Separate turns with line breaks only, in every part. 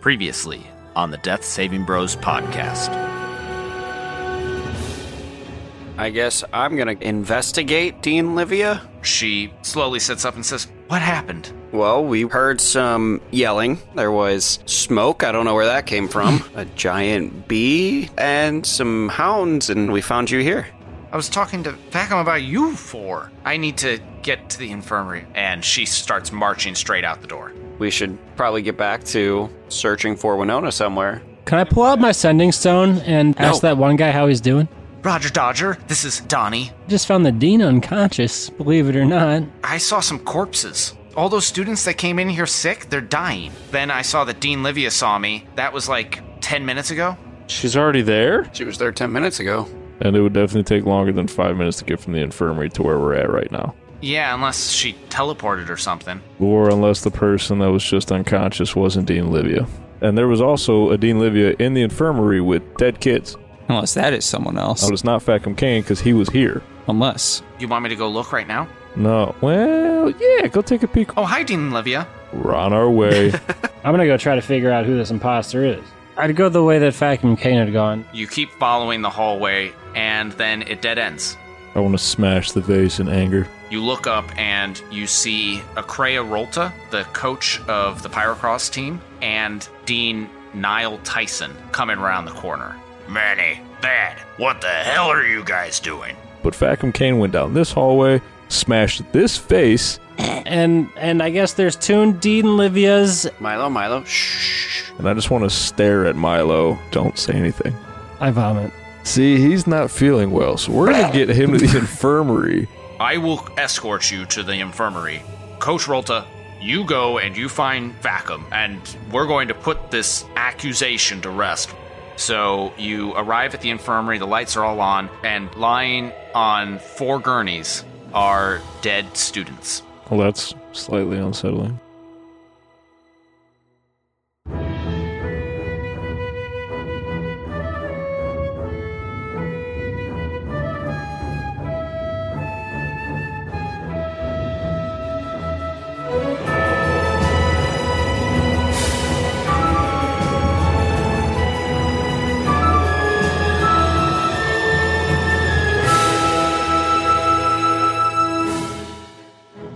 Previously on the Death Saving Bros podcast.
I guess I'm gonna investigate Dean Livia.
She slowly sits up and says, What happened?
Well, we heard some yelling. There was smoke. I don't know where that came from. a giant bee and some hounds, and we found you here.
I was talking to Vacuum about you four. I need to get to the infirmary. And she starts marching straight out the door.
We should probably get back to searching for Winona somewhere.
Can I pull out my sending stone and ask that one guy how he's doing?
Roger Dodger, this is Donnie.
Just found the dean unconscious, believe it or not.
I saw some corpses. All those students that came in here sick, they're dying. Then I saw that Dean Livia saw me. That was like 10 minutes ago.
She's already there,
She was there 10 minutes ago.
and it would definitely take longer than five minutes to get from the infirmary to where we're at right now.
Yeah, unless she teleported or something.
Or unless the person that was just unconscious wasn't Dean Livia. And there was also a Dean Livia in the infirmary with dead kids.
Unless that is someone else.
Now, it's not Facum Kane because he was here.
Unless.
You want me to go look right now?
No. Well, yeah, go take a peek.
Oh, hi, Dean Livia.
We're on our way.
I'm gonna go try to figure out who this imposter is. I'd go the way that Facum Kane had gone.
You keep following the hallway, and then it dead ends.
I want to smash the vase in anger.
You look up and you see Akrea Rolta, the coach of the Pyrocross team, and Dean Niall Tyson coming around the corner.
Manny, Dad, what the hell are you guys doing?
But Facum Kane went down this hallway, smashed this face,
And and I guess there's two Dean Livias.
Milo, Milo, shh.
and I just want to stare at Milo. Don't say anything.
I vomit.
See, he's not feeling well, so we're gonna get him to the infirmary.
I will escort you to the infirmary. Coach Rolta, you go and you find Vacuum, and we're going to put this accusation to rest. So you arrive at the infirmary, the lights are all on, and lying on four gurneys are dead students.
Well, that's slightly unsettling.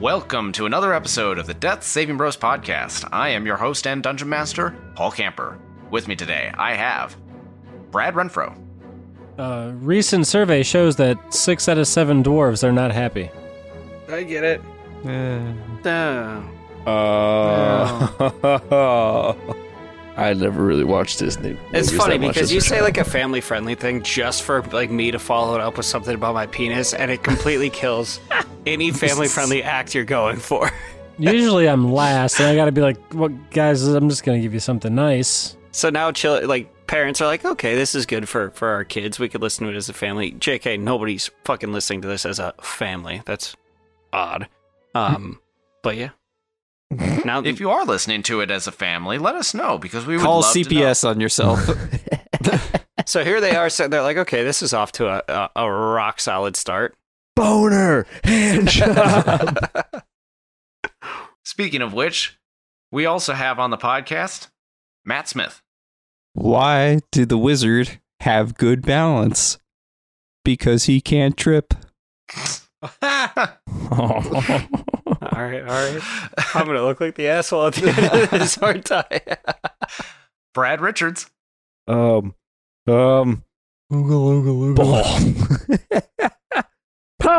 Welcome to another episode of the Death Saving Bros podcast. I am your host and dungeon master, Paul Camper. With me today, I have Brad Renfro,
A recent survey shows that six out of seven dwarves are not happy.
I get it. No.
Uh, I never really watched Disney.
It's
movies
funny
that much
because
as
you
a
say
child.
like a family friendly thing just for like me to follow it up with something about my penis and it completely kills any family friendly act you're going for.
Usually I'm last, and I gotta be like, "What guys? I'm just gonna give you something nice."
So now, chill, like parents are like, okay, this is good for for our kids. We could listen to it as a family. Jk, nobody's fucking listening to this as a family. That's odd. Um, but yeah. Now,
If you are listening to it as a family, let us know because we would
Call
love to know.
CPS on yourself.
so here they are. So they're like, okay, this is off to a a, a rock solid start.
boner hand job.
Speaking of which, we also have on the podcast Matt Smith.
Why did the wizard have good balance? Because he can't trip.
All right, all right. I'm gonna look like the asshole at the end of this, aren't I?
Brad Richards.
um, um,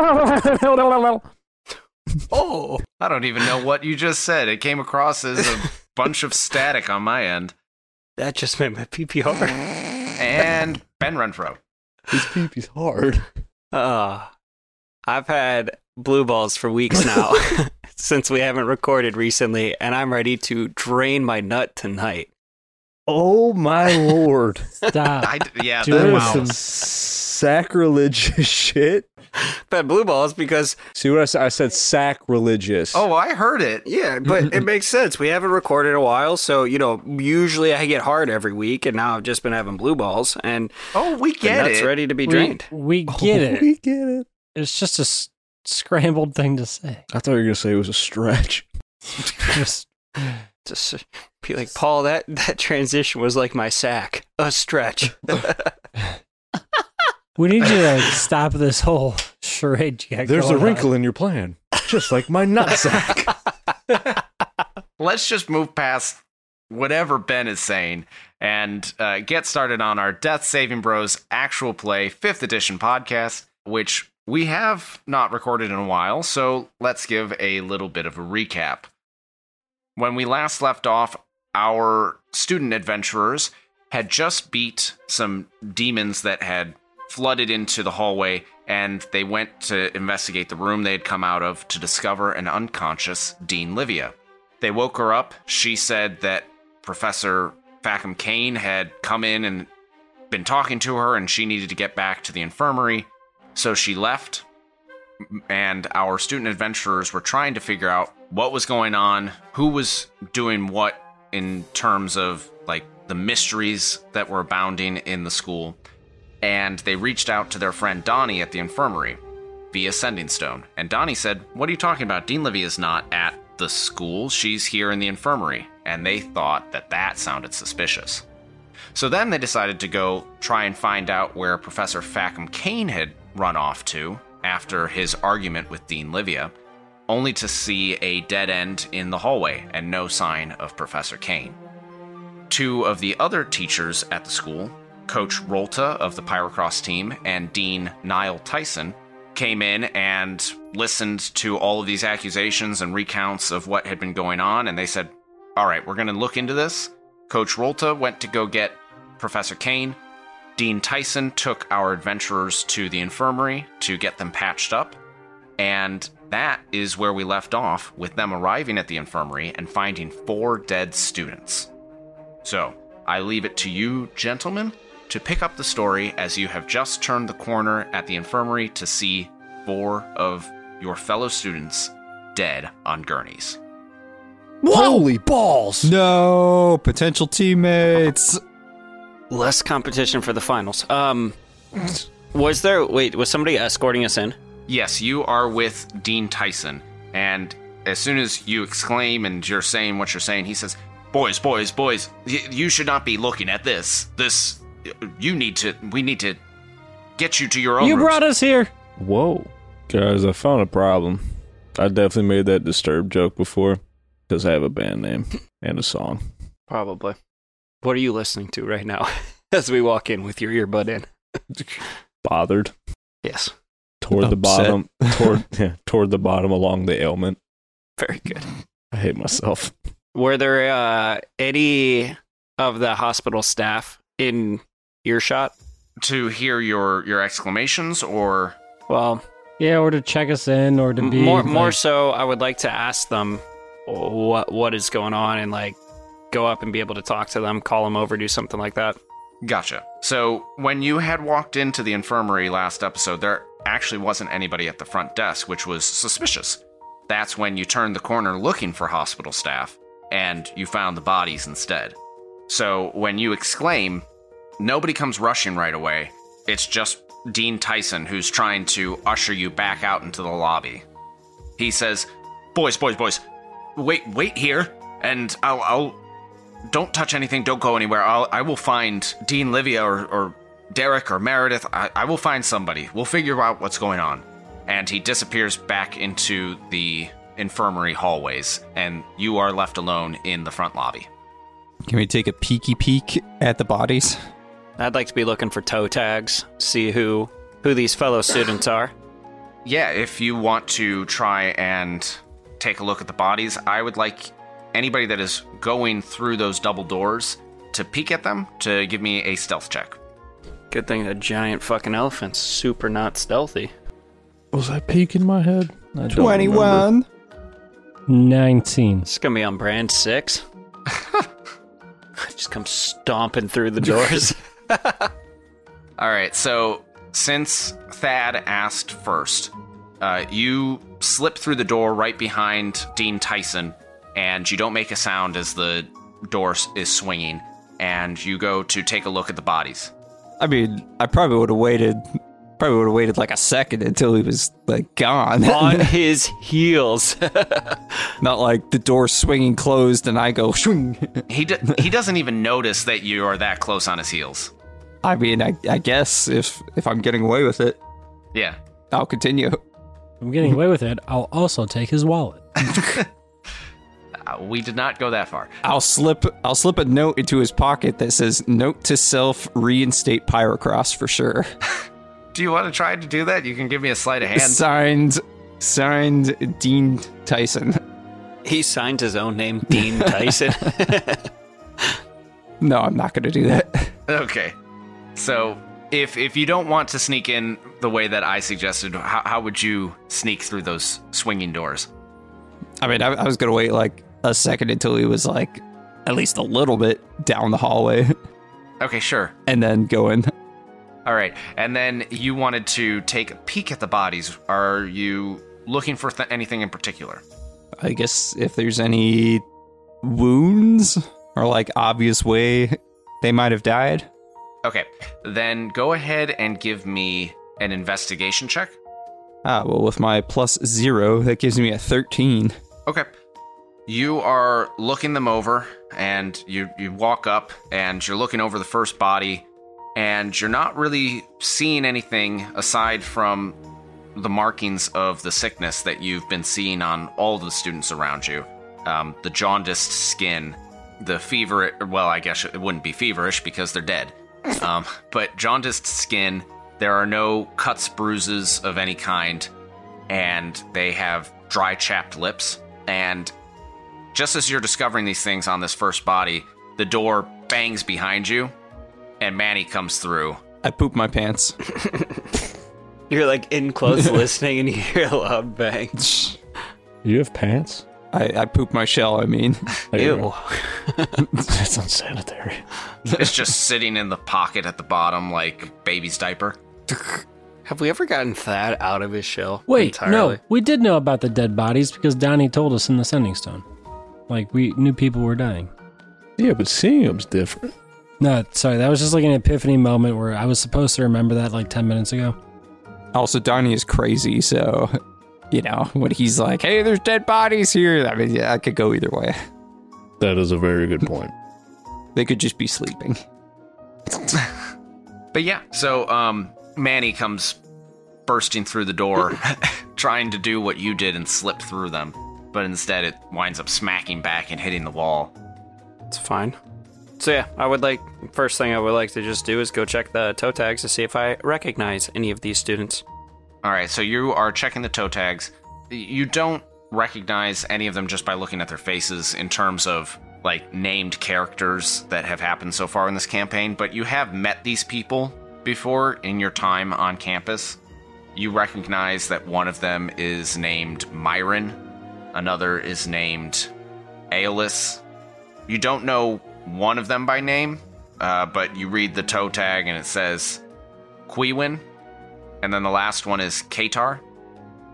ball.
oh,
I don't even know what you just said. It came across as a bunch of static on my end.
that just made my PPR.
And Ben Renfro.
His peepee's hard.
Uh, I've had blue balls for weeks now since we haven't recorded recently, and I'm ready to drain my nut tonight.
Oh my lord!
Stop.
I d yeah,
Oh,
Dude,
that,
That is
wow.
some sacrilegious shit.
But blue balls because,
See what I said? I said sacrilegious.
Oh, I heard it.
yeah, but it makes sense. We haven't recorded in a while, so, you know, usually I get hard every week, and now I've just been having blue balls, and
Oh, we
the
get
nut's
it.
ready to be
we,
drained.
we get it.
We get it.
It's just a s- scrambled thing to say.
I thought you were gonna say it was a stretch.
Just
Just
Be like, Paul, that, that transition was like my sack. A stretch.
We need you to like, stop this whole charade. You got
There's a
going
wrinkle
on.
in your plan, just like my nutsack.
let's just move past whatever Ben is saying and uh, get started on our Death Saving Bros actual play 5th edition podcast, which we have not recorded in a while. So let's give a little bit of a recap. When we last left off, our student adventurers had just beat some demons that had flooded into the hallway and they went to investigate the room they had come out of to discover an unconscious Dean Livia. They woke her up. She said that Professor Fackham Kane had come in and been talking to her, and she needed to get back to the infirmary. So she left, and our student adventurers were trying to figure out what was going on, who was doing what in terms of like the mysteries that were abounding in the school. And they reached out to their friend Donnie at the infirmary via Sending Stone. And Donnie said, What are you talking about? Dean Livy is not at the school, she's here in the infirmary. And they thought that that sounded suspicious. So then they decided to go try and find out where Professor Fackham Kane had run off to after his argument with Dean Livia, only to see a dead end in the hallway and no sign of Professor Kane two of the other teachers at the school, Coach Rolta of the Pyrocross team and Dean Niall Tyson, came in and listened to all of these accusations and recounts of what had been going on. And they said, All right, we're going to look into this. Coach Rolta went to go get Professor Kane. Dean Tyson took our adventurers to the infirmary to get them patched up. And that is where we left off with them arriving at the infirmary and finding four dead students. So, I leave it to you, gentlemen, to pick up the story as you have just turned the corner at the infirmary to see four of your fellow students dead on gurneys.
Holy balls!
No, potential teammates.
Less competition for the finals. Um, was there? Wait, was somebody escorting us in?
Yes, you are with Dean Tyson, and as soon as you exclaim and you're saying what you're saying, he says, "Boys, boys, boys, y- you should not be looking at this. This, you need to. We need to get you to your own."
You
rooms."
brought us here.
Whoa. Guys, I found a problem. I definitely made that disturbed joke before because I have a band name and a song.
Probably. What are you listening to right now? As we walk in with your earbud in.
Bothered.
Yes.
Toward the
Upset.
bottom. Toward yeah, toward the bottom along the ailment.
Very good.
I hate myself.
Were there uh, any of the hospital staff in earshot?
to hear your your exclamations or
Well,
Yeah, or to check us in, or to be
more
like,
more so, I would like to ask them what what is going on and like go up and be able to talk to them, call them over, do something like that.
Gotcha. So when you had walked into the infirmary last episode, there actually wasn't anybody at the front desk, which was suspicious. That's when you turned the corner looking for hospital staff, and you found the bodies instead. So when you exclaim, nobody comes rushing right away. It's just Dean Tyson who's trying to usher you back out into the lobby. He says, "Boys, boys, boys, wait, wait here, and I'll, I'll don't touch anything. Don't go anywhere. I'll, I will find Dean Livia or, or Derek or Meredith. I, I will find somebody. We'll figure out what's going on. And he disappears back into the infirmary hallways, and you are left alone in the front lobby.
Can we take a peeky peek at the bodies?
I'd like to be looking for toe tags, see who who these fellow students are.
Yeah, if you want to try and take a look at the bodies, I would like anybody that is going through those double doors to peek at them to give me a stealth check.
Good thing the giant fucking elephant's super not stealthy.
Was I peeking my head? I don't remember.
Twenty-one.
nineteen.
This is gonna be on brand six. Just come stomping through the doors.
All right, so since Thad asked first, uh, you slip through the door right behind Dean Tyson, and you don't make a sound as the door s- is swinging, and you go to take a look at the bodies.
I mean, I probably would have waited Probably would have waited like a second until he was like gone.
on his heels.
Not like the door swinging closed and I go swing.
He d- he doesn't even notice that you are that close on his heels.
I mean, I, I guess if if I'm getting away with it,
Yeah.
I'll continue.
I'm getting away with it. I'll also take his wallet.
Uh, we did not go that far.
I'll slip I'll slip a note into his pocket that says "Note to self: Reinstate Pyrocross for sure."
Do you want to try to do that? You can give me a sleight of hand.
signed, signed Dean Tyson.
he signed his own name, Dean Tyson.
No, I'm not going to do that.
Okay. So if if you don't want to sneak in the way that I suggested, how, how would you sneak through those swinging doors?
I mean, I, I was going to wait like a second until he was like at least a little bit down the hallway
Okay, sure.
and then go in.
All right. And then you wanted to take a peek at the bodies. Are you looking for th- anything in particular?
I guess if there's any wounds or like obvious way they might have died.
Okay. Then go ahead and give me an investigation check.
Ah, well, with my plus zero, that gives me a 13.
Okay. You are looking them over, and you, you walk up, and you're looking over the first body, and you're not really seeing anything aside from the markings of the sickness that you've been seeing on all the students around you. Um, the jaundiced skin, the fever, well, I guess it wouldn't be feverish because they're dead. Um, but jaundiced skin, there are no cuts, bruises of any kind and they have dry chapped lips. And just as you're discovering these things on this first body, the door bangs behind you, and Manny comes through.
I pooped my pants.
You're like in close listening and you hear a loud bang.
You have pants?
I, I pooped my shell, I mean.
Ew.
That's unsanitary.
It's just sitting in the pocket at the bottom like a baby's diaper.
Have we ever gotten Thad out of his shell?
Wait,
entirely?
no, we did know about the dead bodies because Donnie told us in the Sending Stone. Like we knew people were dying.
Yeah, but seeing them's different.
No, sorry, that was just like an epiphany moment where I was supposed to remember that like ten minutes ago.
Also, Donnie is crazy, so, you know, when he's like, hey, there's dead bodies here, I mean, yeah, I could go either way.
That is a very good point.
They could just be sleeping.
But yeah, so um, Manny comes bursting through the door, trying to do what you did and slip through them. But instead, it winds up smacking back and hitting the wall.
It's fine. So yeah, I would like first thing I would like to just do is go check the toe tags to see if I recognize any of these students.
All right, so you are checking the toe tags. You don't recognize any of them just by looking at their faces in terms of like named characters that have happened so far in this campaign, but you have met these people before in your time on campus. You recognize that one of them is named Myron, another is named Aeolus. You don't know one of them by name, uh, but you read the toe tag and it says Quewin. And then the last one is Katar.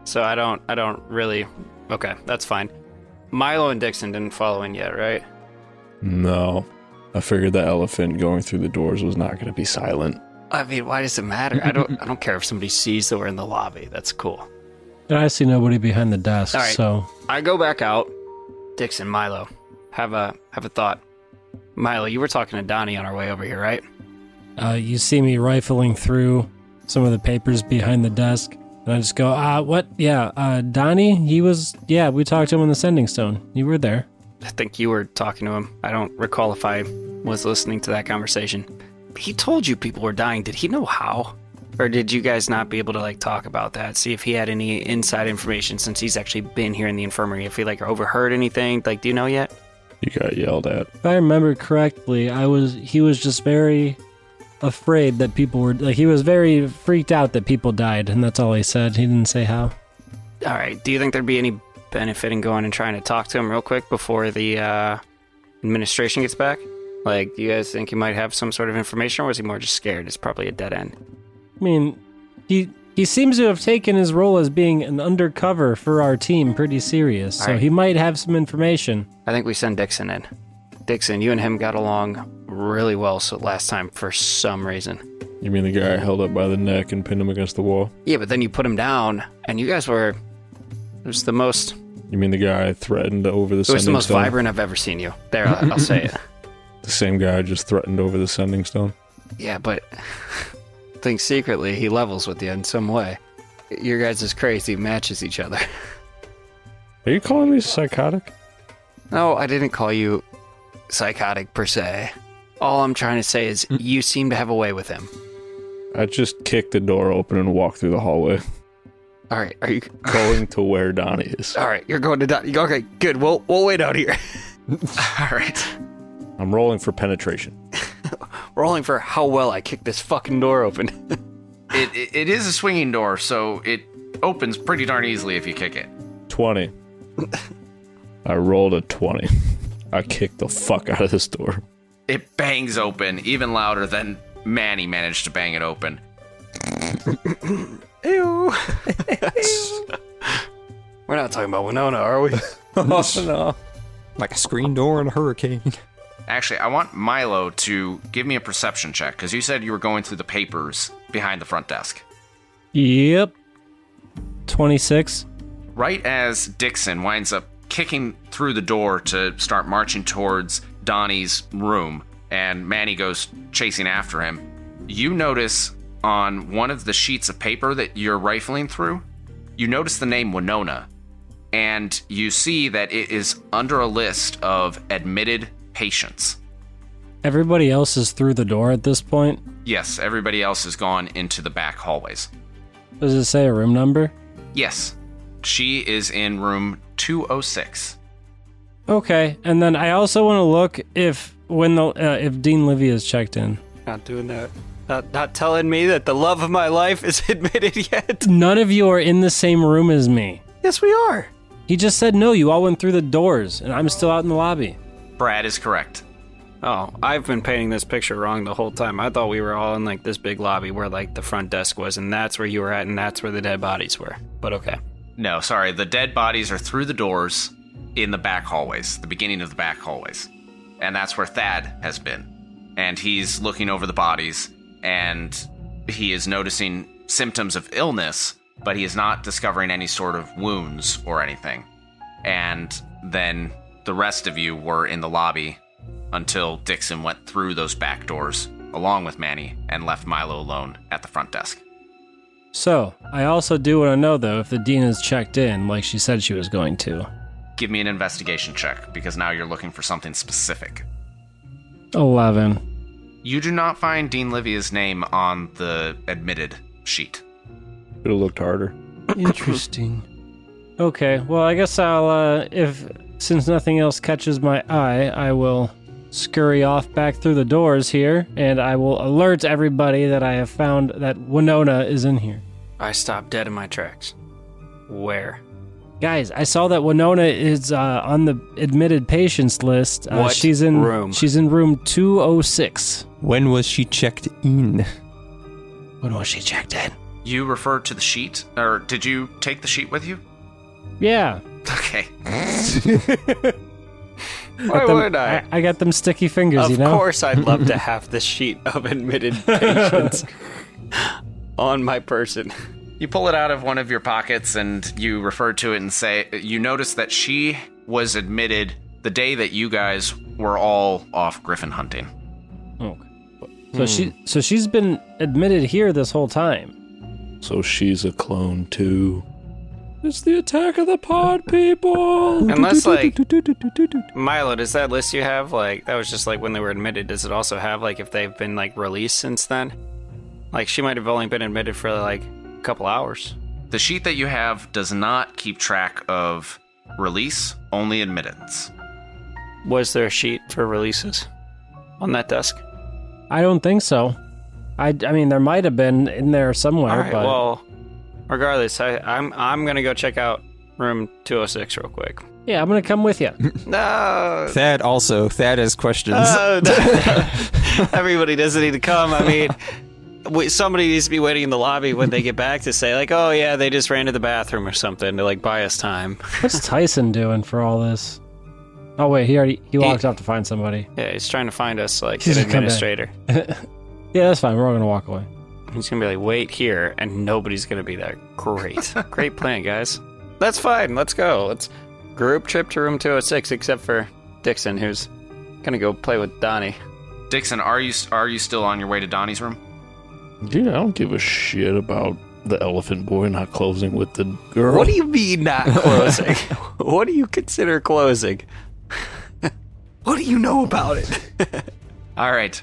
So I don't I don't really Okay, that's fine. Milo and Dixon didn't follow in yet, right?
No. I figured the elephant going through the doors was not going to be silent.
I mean, why does it matter? I don't I don't care if somebody sees that we're in the lobby. That's cool.
And I see nobody behind the desk,
All right.
so
I go back out. Dixon, Milo, have a have a thought. Milo, you were talking to Donnie on our way over here, right?
uh, you see me rifling through some of the papers behind the desk, and I just go, "Ah, what? Yeah, uh, Donnie. He was. Yeah, we talked to him on the Sending Stone. You were there.
I think you were talking to him. I don't recall if I was listening to that conversation. He told you people were dying. Did he know how? Or did you guys not be able to like talk about that? See if he had any inside information since he's actually been here in the infirmary. If he like overheard anything, like do you know yet?
You got yelled at.
If I remember correctly, I was. He was just very afraid that people were. Like he was very freaked out that people died, and that's all he said. He didn't say how.
All right. Do you think there'd be any benefit in going and trying to talk to him real quick before the uh, administration gets back? Like, do you guys think he might have some sort of information, or was he more just scared? It's probably a dead end.
I mean, he he seems to have taken his role as being an undercover for our team pretty serious. so
Alright.
he might have some information.
I think we send Dixon in. Dixon, you and him got along really well so last time for some reason.
You mean the guy I held up by the neck and pinned him against the wall?
Yeah, but then you put him down, and you guys were. It was the most.
You mean the guy I threatened over the
It was the
sending
most
stone?
vibrant I've ever seen you. There, I- I'll say it.
The same guy I just threatened over the sending stone.
Yeah, but I think secretly he levels with you in some way. Your guys' is crazy matches each other.
Are you calling me psychotic?
No, I didn't call you psychotic per se. All I'm trying to say is you seem to have a way with him.
I just kicked the door open and walked through the hallway,
All right, are you?
going to where Donnie is.
All right, you're going to die. Okay, good. We'll we'll wait out here. All right,
I'm rolling for penetration.
rolling for how well I kicked this fucking door open.
It, it, it is a swinging door, so it opens pretty darn easily if you kick it.
20. I rolled a 20. I kicked the fuck out of this door.
It bangs open even louder than Manny managed to bang it open.
Ew. We're not talking about Winona, are we?
Like a screen door in a hurricane.
Actually, I want Milo to give me a perception check because you said you were going through the papers behind the front desk.
Yep. 26.
Right as Dixon winds up kicking through the door to start marching towards Donnie's room, and Manny goes chasing after him, you notice on one of the sheets of paper that you're rifling through, you notice the name Winona, and you see that it is under a list of admitted patients.
Everybody else is through the door at this point.
Yes, everybody else has gone into the back hallways.
Does it say a room number?
Yes, she is in room 206.
Okay. And then I also want to look if when the uh, if Dean Livy is checked in.
Not doing that. Not, not telling me that the love of my life is admitted yet.
None of you are in the same room as me.
Yes, we are.
He just said no. You all went through the doors, and I'm still out in the lobby.
Brad is correct.
Oh, I've been painting this picture wrong the whole time. I thought we were all in like this big lobby where like the front desk was, and that's where you were at, and that's where the dead bodies were. But okay.
No, sorry, the dead bodies are through the doors in the back hallways, the beginning of the back hallways. And that's where Thad has been. And he's looking over the bodies and he is noticing symptoms of illness, but he is not discovering any sort of wounds or anything. And then the rest of you were in the lobby until Dixon went through those back doors along with Manny and left Milo alone at the front desk.
So I also do want to know though if the dean is checked in, like she said she was going to.
Give me an investigation check because now you're looking for something specific.
Eleven.
You do not find Dean Livia's name on the admitted sheet.
Should have looked harder.
Interesting. Okay. Well, I guess I'll uh, if since nothing else catches my eye, I will scurry off back through the doors here, and I will alert everybody that I have found that Winona is in here.
I stopped dead in my tracks. Where?
Guys, I saw that Winona is uh, on the admitted patients list. Uh,
What
she's in
room?
She's in room two oh six.
When was she checked in?
When was she checked in?
You refer to the sheet, or did you take the sheet with you?
Yeah,
Okay.
Why
them-
would I?
I, I got them sticky fingers,
of
you know.
course, I'd love to have the sheet of admitted patients on my person.
You pull it out of one of your pockets and you refer to it and say, You notice that she was admitted the day that you guys were all off griffin hunting.
Oh, Okay. So she
Hmm.
so she's been admitted here this whole time.
So she's a clone too. It's the attack of the pod people.
Unless, like, Milo, does that list you have like that was just like when they were admitted? Does it also have like if they've been like released since then? Like she might have only been admitted for like a couple hours.
The sheet that you have does not keep track of release, only admittance.
Was there a sheet for releases on that desk?
I don't think so. I, I mean there might have been in there somewhere,
All right.
but
Well, regardless, I, I'm I'm gonna go check out room 206 real quick.
yeah, I'm gonna come with you.
No.
Thad also. Thad has questions.
Oh, no. Everybody doesn't need to come. I mean, we, somebody needs to be waiting in the lobby when they get back to say like, "Oh yeah, they just ran to the bathroom or something to like buy us time."
What's Tyson doing for all this? Oh wait, he already he walked off to find somebody.
Yeah, he's trying to find us like
He's
an
gonna come back.
administrator.
Yeah, that's fine. We're all gonna walk away.
He's gonna be like, wait here, and nobody's gonna be there. Great, great plan, guys. That's fine. Let's go. Let's group trip to room 206, except for Dixon, who's gonna go play with Donnie.
Dixon, are you are you still on your way to Donnie's room?
Dude, I don't give a shit about the elephant boy not closing with the girl.
What do you mean not closing? what do you consider closing? what do you know about it?
All right.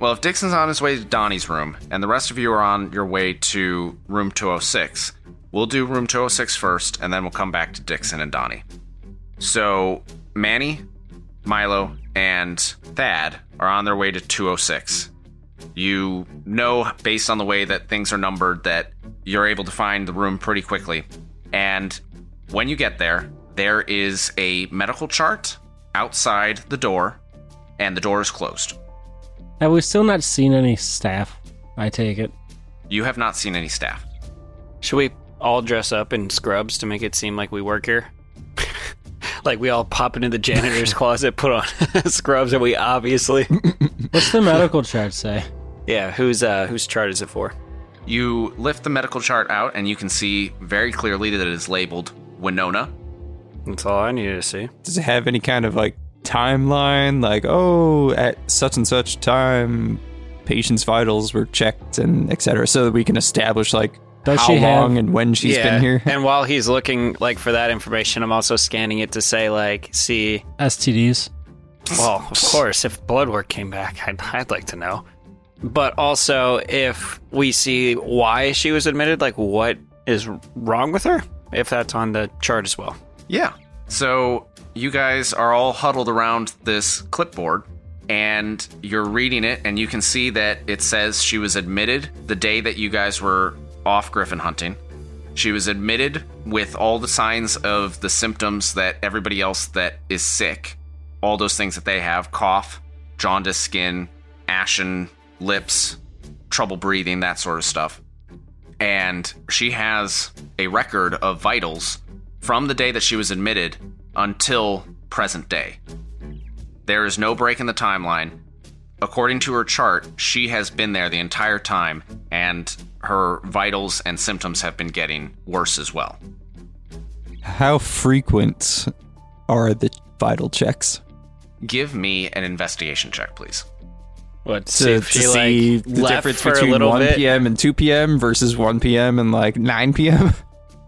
Well, if Dixon's on his way to Donnie's room and the rest of you are on your way to room 206, we'll do room 206 first and then we'll come back to Dixon and Donnie. So, Manny, Milo, and Thad are on their way to 206. You know, based on the way that things are numbered, that you're able to find the room pretty quickly. And when you get there, there is a medical chart outside the door, and the door is closed.
Have we still not seen any staff? I take it.
You have not seen any staff.
Should we all dress up in scrubs to make it seem like we work here? like we all pop into the janitor's closet, put on scrubs, and we obviously
What's the medical chart say?
yeah. Who's uh whose chart is it for?
You lift the medical chart out, and you can see very clearly that it is labeled Winona.
That's all I needed to see.
Does it have any kind of like timeline? Like, oh, at such and such time, patient's vitals were checked and et cetera, so that we can establish like
Does
how
she have-
long and when she's been here.
and while he's looking like for that information, I'm also scanning it to say like, see,
STDs.
well, of course, if blood work came back, I'd, I'd like to know. But also, if we see why she was admitted, like what is wrong with her, if that's on the chart as well.
Yeah. So you guys are all huddled around this clipboard, and you're reading it, and you can see that it says she was admitted the day that you guys were off griffin hunting. She was admitted with all the signs of the symptoms that everybody else that is sick, all those things that they have cough, jaundiced skin, ashen lips, trouble breathing, that sort of stuff and she has a record of vitals from the day that she was admitted until present day. There is no break in the timeline. According to her chart, she has been there the entire time, and her vitals and symptoms have been getting worse as well.
How frequent are the vital checks?
Give me an investigation check, please.
What
To, to see the difference between 1 p.m. and 2 p.m. versus 1 p.m. and like 9 p.m.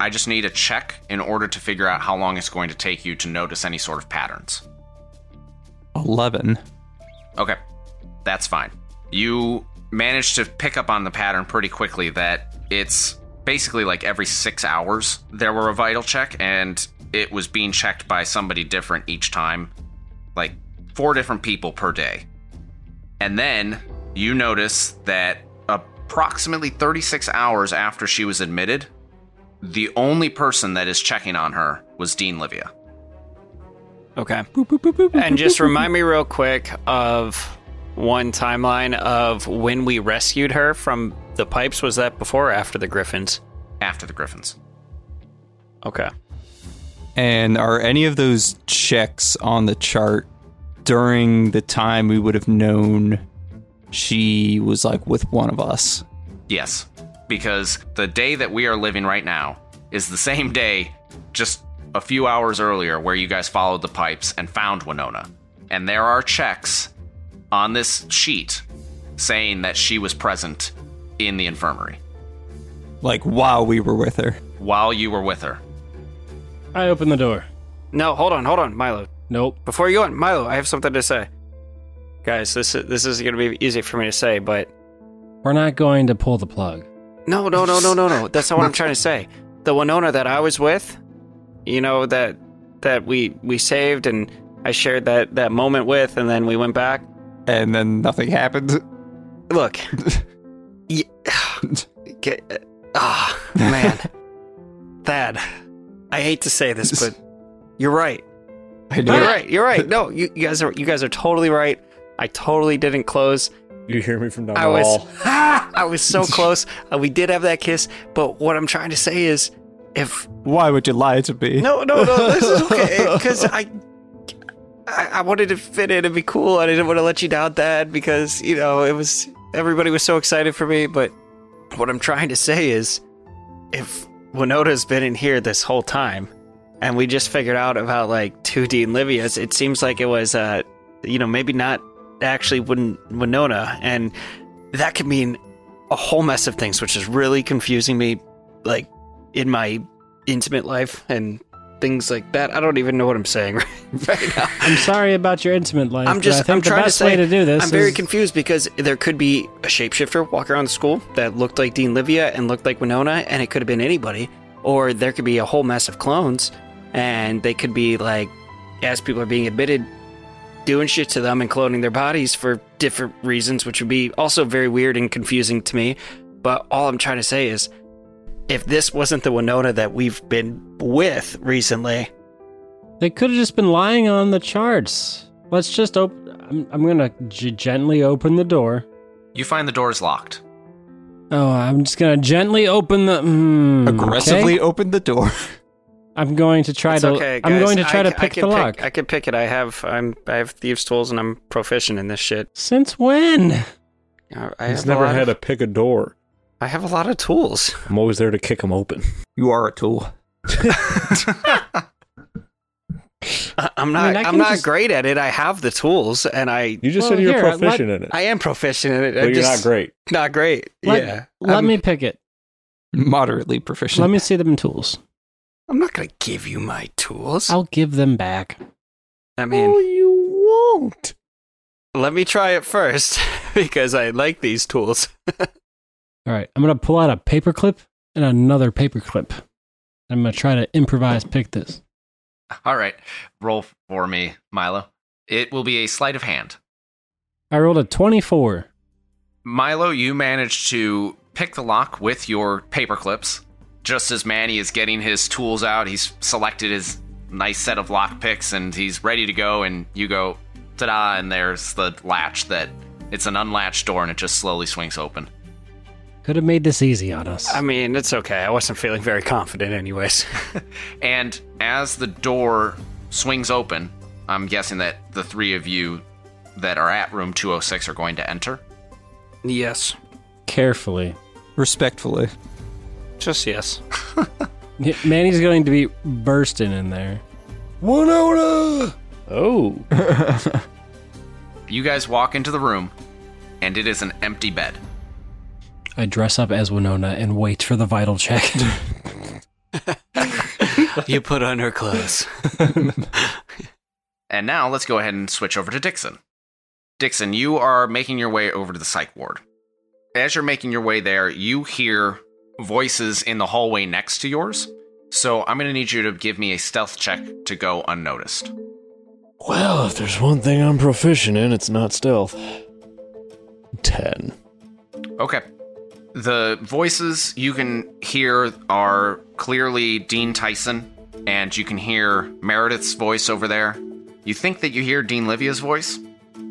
I just need a check in order to figure out how long it's going to take you to notice any sort of patterns.
11.
Okay, that's fine. You managed to pick up on the pattern pretty quickly that it's basically like every six hours there were a vital check, and it was being checked by somebody different each time, like four different people per day. And then you notice that approximately 36 hours after she was admitted, the only person that is checking on her was Dean Livia.
Okay. and just remind me real quick of one timeline of when we rescued her from the pipes. Was that before or after the Griffins?
After the Griffins.
Okay.
And are any of those checks on the chart during the time we would have known she was like with one of us?
Yes, because the day that we are living right now is the same day, just a few hours earlier, where you guys followed the pipes and found Winona. And there are checks on this sheet saying that she was present in the infirmary
Like while we were with her.
while you were with her.
I open the door.
No, hold on, hold on, Milo.
Nope.
Before you go on, Milo, I have something to say. Guys, this is, this is going to be easy for me to say, but
We're not going to pull the plug.
No, no, no, no, no, no. That's not what I'm trying to say. The Winona that I was with, you know that that we we saved and I shared that that moment with, and then we went back.
And then nothing happened.
Look, y- get, ah, man, Thad, I hate to say this, but you're right.
I
You're
know.
right. You're right. No, you, you guys are you guys are totally right. I totally didn't close.
You hear me from down
I was, I was so close. Uh, we did have that kiss, but what I'm trying to say is, if
Why would you lie to me?
No, no, no. This is okay because I, I, I wanted to fit in and be cool, and I didn't want to let you down, Dad, because you know it was everybody was so excited for me, but what I'm trying to say is if Winota's been in here this whole time and we just figured out about like 2D and Livia's, it seems like it was, uh, you know, maybe not actually Win- Winona. And that could mean a whole mess of things, which is really confusing me, like in my intimate life and things like that. I don't even know what I'm saying right now.
I'm sorry about your intimate life.
I'm
but
just.
I think
I'm
the
trying
best
to say.
way to do this.
I'm very
is-
confused because there could be a shapeshifter walking around the school that looked like Dean Livia and looked like Winona, and it could have been anybody. Or there could be a whole mess of clones, and they could be like, as people are being admitted, doing shit to them and cloning their bodies for different reasons, which would be also very weird and confusing to me. But all I'm trying to say is, if this wasn't the Winona that we've been with recently,
They could have just been lying on the charts. Let's just open. I'm, I'm gonna g- gently open the door.
You find the door's locked.
Oh, I'm just gonna gently open the. Mm, okay?
Aggressively open the door.
I'm going to try
It's
to.
okay,
I'm
guys.
going to try
I
to
c- I
pick
can
the lock.
I can pick it. I have I'm I have thieves tools and I'm proficient in this shit.
Since when?
I, I
He's
have
never
a lot
had
of,
to pick a door.
I have a lot of tools.
I'm always there to kick them open.
You are a tool.
I, am
I
not I
mean, I
am
can
not
just-
great at it. I have the tools and I
You just
Well,
said you're
here, let-
proficient in it,
I am proficient in it.
but
I
you're
just,
not great.
Not great.
Let,
yeah.
Let
I'm-
me pick it.
Moderately proficient.
Let me see them tools.
I'm not gonna give you my tools.
I'll give them back.
I mean,
Oh, you won't.
let me try it first because I like these tools.
All right. I'm gonna pull out a paper clip and another paper clip. I'm gonna try to improvise pick this.
All right, roll for me, Milo. It will be a sleight of hand.
I rolled a 24.
Milo, you managed to pick the lock with your paper clips. Just as Manny is getting his tools out, he's selected his nice set of lock picks and he's ready to go. And you go, ta da, and there's the latch that it's an unlatched door and it just slowly swings open.
Could have made this easy on us.
I mean, it's okay. I wasn't feeling very confident anyways.
And as the door swings open, I'm guessing that the three of you that are at room 206 are going to enter.
yes.
Carefully.
Respectfully.
Just yes.
Manny's going to be bursting in there.
Winona. Oh,
You guys walk into the room and it is an empty bed.
I dress up as Winona and wait for the vital check.
you put on her clothes.
And now let's go ahead and switch over to Dixon. Dixon, you are making your way over to the psych ward. As you're making your way there, you hear voices in the hallway next to yours. So I'm going to need you to give me a stealth check to go unnoticed.
Well, if there's one thing I'm proficient in, it's not stealth. Ten.
Okay. The voices you can hear are clearly Dean Tyson, and you can hear Meredith's voice over there. You think that you hear Dean Livia's voice.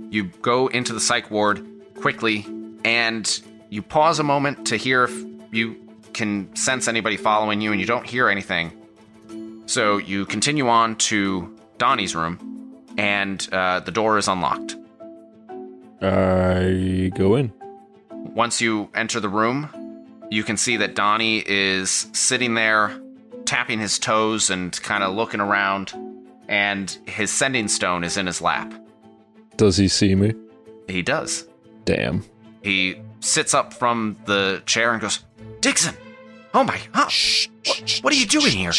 You go into the psych ward quickly, and you pause a moment to hear if you can sense anybody following you, and you don't hear anything. So you continue on to Donnie's room, and uh, the door is unlocked.
I go in.
Once you enter the room, you can see that Donnie is sitting there, tapping his toes and kind of looking around, and his sending stone is in his lap.
Does he see me?
He does.
Damn.
He sits up from the chair and goes, Dixon! Oh my, huh? What, what are you doing here?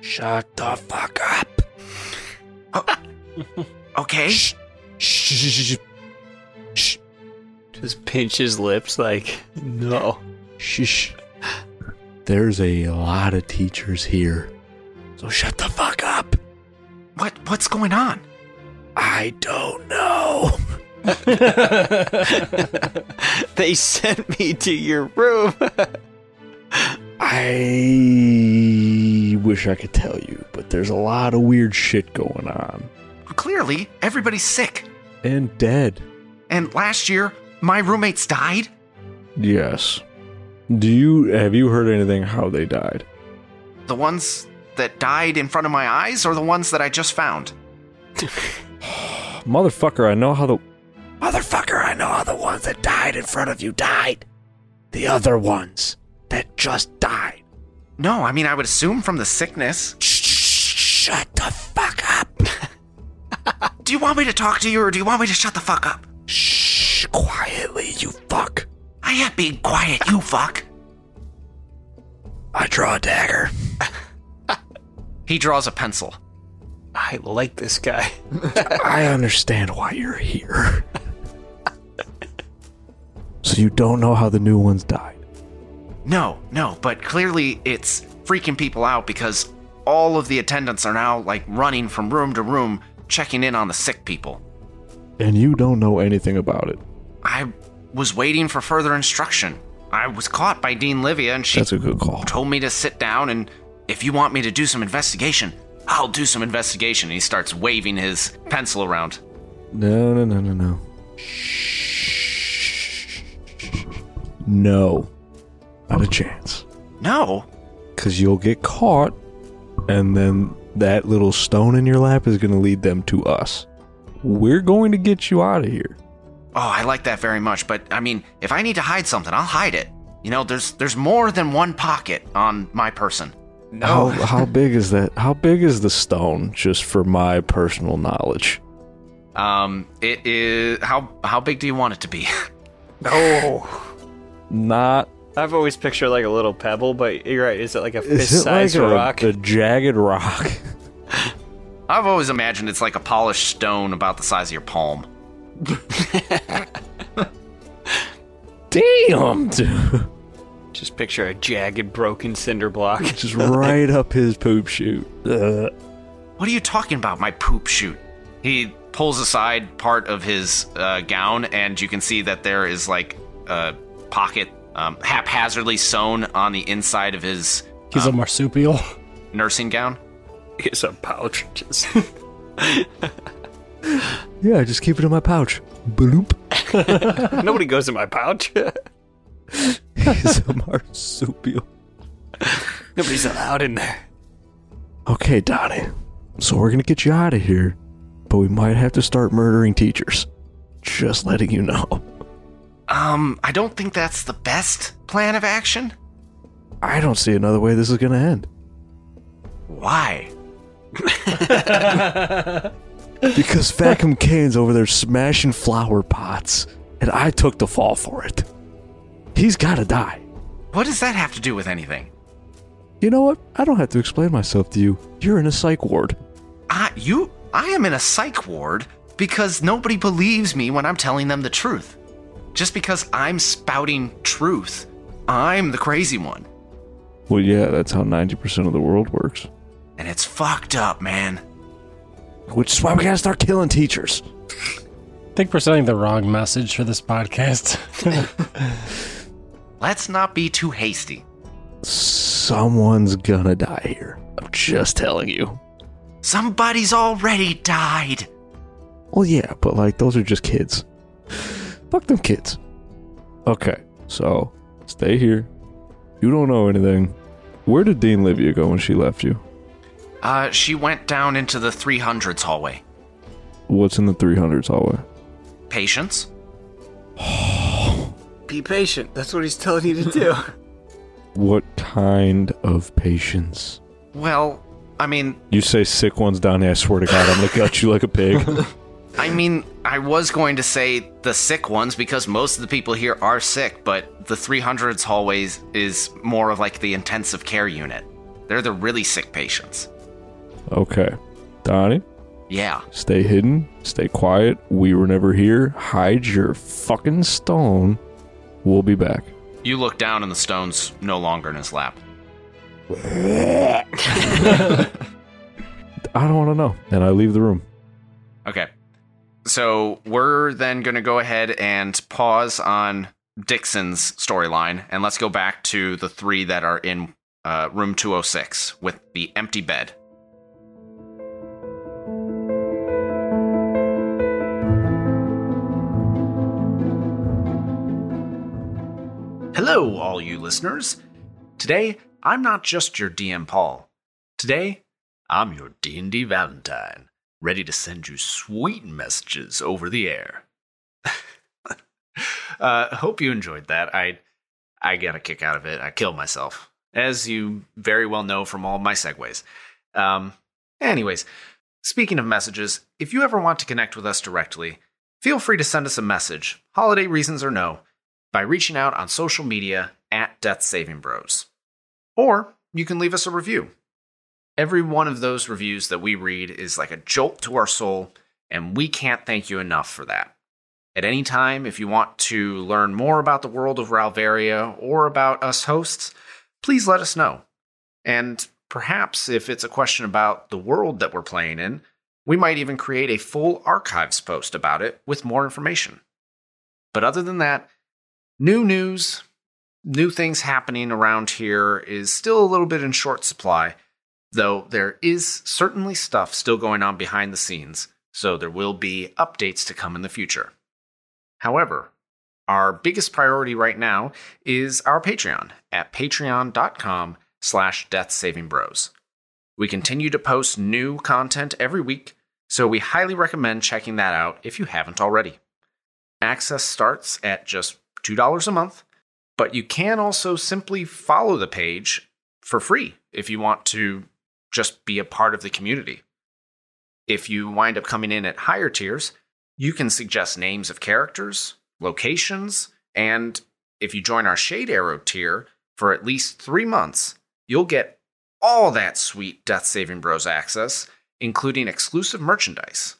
Shut the fuck up.
Oh, Okay.
Just pinch his lips like, no.
Shh. There's a lot of teachers here. So shut the fuck up.
What, what's going on?
I don't know.
They sent me to your room.
I wish I could tell you, but there's a lot of weird shit going on.
Clearly, everybody's sick.
And dead.
And last year, my roommates died.
Yes. Do you have you heard anything how they died?
The ones that died in front of my eyes are the ones that I just found.
Motherfucker, I know how the
Motherfucker, I know how the ones that died in front of you died. The other ones that just died.
No, I mean, I would assume from the sickness.
Shh, shut the fuck up.
Do you want me to talk to you or do you want me to shut the fuck up?
Shh, quietly, you fuck.
I am being quiet, you fuck.
I draw a dagger.
He draws a pencil.
I like this guy.
I understand why you're here. so you don't know how the new ones died.
No, no, but clearly it's freaking people out because all of the attendants are now like running from room to room checking in on the sick people.
And you don't know anything about it.
I was waiting for further instruction. I was caught by Dean Livia and she
That's a good call.
told me to sit down and if you want me to do some investigation, I'll do some investigation. And he starts waving his pencil around.
No, no, no, no, no. No.
Not a chance.
No,
Because you'll get caught, and then that little stone in your lap is going to lead them to us. We're going to get you out of here.
Oh, I like that very much, but I mean, if I need to hide something, I'll hide it. You know, there's there's more than one pocket on my person.
How, how big is that? How big is the stone, just for my personal knowledge?
Um, it is how how big do you want it to be?
Not.
I've always pictured like a little pebble, but you're right. Is it like a
Is it like
fist-sized
a,
rock?
a jagged rock?
I've always imagined it's like a polished stone about the size of your palm.
Damn, dude.
Just picture a jagged, broken cinder block.
Just right up his poop chute. Ugh.
What are you talking about, my poop shoot? He pulls aside part of his uh, gown, and you can see that there is like a pocket um, haphazardly sewn on the inside of his
He's
Ah.
a marsupial.
nursing gown.
It's a pouch. Just
Yeah, I just keep it in my pouch. Bloop.
nobody goes in my pouch.
He's a marsupial.
Nobody's allowed in there.
Okay, Donnie. So we're gonna get you out of here, but we might have to start murdering teachers. Just letting you know.
Um, I don't think that's the best plan of action.
I don't see another way this is gonna end.
Why?
Because Vacuum Kane's over there smashing flower pots, and I took the fall for it. He's gotta die.
What does that have to do with anything?
You know what? I don't have to explain myself to you. You're in a psych ward.
I you I am in a psych ward because nobody believes me when I'm telling them the truth. Just because I'm spouting truth, I'm the crazy one.
Well, yeah, that's how 90% of the world works.
And it's fucked up, man.
Which is why we gotta start killing teachers.
I think we're sending the wrong message for this podcast.
Let's not be too hasty.
Someone's gonna die here. I'm just telling you.
Somebody's already died.
Well, yeah, but like those are just kids. Fuck them kids. Okay, so stay here. You don't know anything. Where did Dean Livia go when she left you?
Uh, she went down into the 300s hallway.
What's in the 300s hallway?
Patience?
Be patient. That's what he's telling you to do.
What kind of patience?
Well, I mean,
You say sick ones, Donnie. I swear to God, I'm gonna gut you like a pig.
I mean, I was going to say the sick ones because most of the people here are sick, but the 300s hallways is more of like the intensive care unit. They're the really sick patients.
okay, Donnie,
Yeah.
stay hidden, stay quiet. We were never here. Hide your fucking stone. We'll be back.
You look down and the stone's no longer in his lap.
I don't want to know. And I leave the room.
Okay. So we're then going to go ahead and pause on Dixon's storyline and let's go back to the three that are in uh, room 206 with the empty bed. Hello, all you listeners. Today, I'm not just your DM Paul. Today, I'm your D&D Valentine, ready to send you sweet messages over the air. Uh, hope you enjoyed that. I I got a kick out of it. I killed myself, as you very well know from all my segues. Um, anyways, speaking of messages, if you ever want to connect with us directly, feel free to send us a message, holiday reasons or no, by reaching out on social media at Death Saving Bros. Or you can leave us a review. Every one of those reviews that we read is like a jolt to our soul, and we can't thank you enough for that. At any time, if you want to learn more about the world of Ralvaria or about us hosts, please let us know. And perhaps if it's a question about the world that we're playing in, we might even create a full archives post about it with more information. But other than that, new news, new things happening around here is still a little bit in short supply, though there is certainly stuff still going on behind the scenes, so there will be updates to come in the future. However, our biggest priority right now is our Patreon at patreon.com slash deathsavingbros. We continue to post new content every week, so we highly recommend checking that out if you haven't already. Access starts at just $2 a month, but you can also simply follow the page for free if you want to just be a part of the community. If you wind up coming in at higher tiers, you can suggest names of characters, locations, and if you join our Shade Arrow tier for at least three months, you'll get all that sweet Death Saving Bros access, including exclusive merchandise.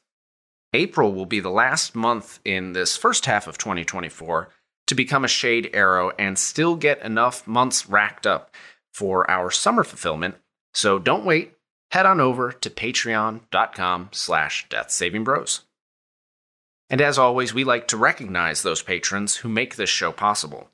April will be the last month in this first half of 2024 to become a Shade Arrow and still get enough months racked up for our summer fulfillment. So don't wait. Head on over to patreon.com slash deathsavingbros. And as always, we like to recognize those patrons who make this show possible.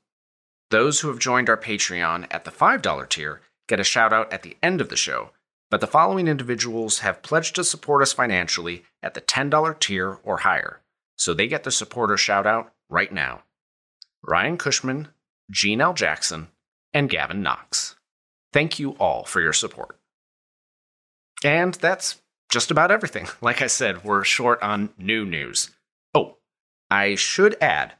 Those who have joined our Patreon at the $5 tier get a shout out at the end of the show, but the following individuals have pledged to support us financially at the $10 tier or higher, so they get their supporter shout out right now Ryan Cushman, Gene L. Jackson, and Gavin Knox. Thank you all for your support. And that's just about everything. Like I said, we're short on new news. Oh, I should add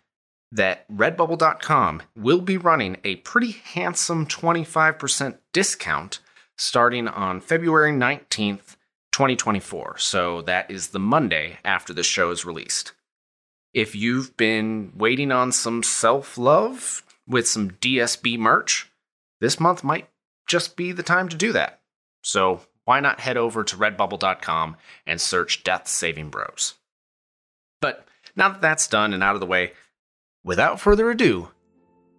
that redbubble.com will be running a pretty handsome 25% discount starting on February 19th, 2024. So that is the Monday after the show is released. If you've been waiting on some self love with some DSB merch, this month might just be the time to do that. So why not head over to redbubble.com and search Death Saving Bros? But now that that's done and out of the way, without further ado,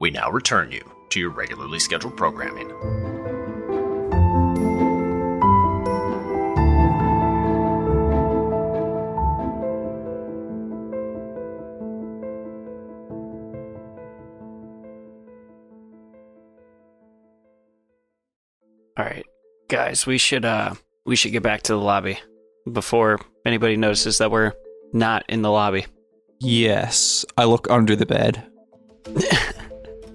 we now return you to your regularly scheduled programming.
All right, guys, we should uh we should get back to the lobby before anybody notices that we're not in the lobby.
Yes. I look under the bed.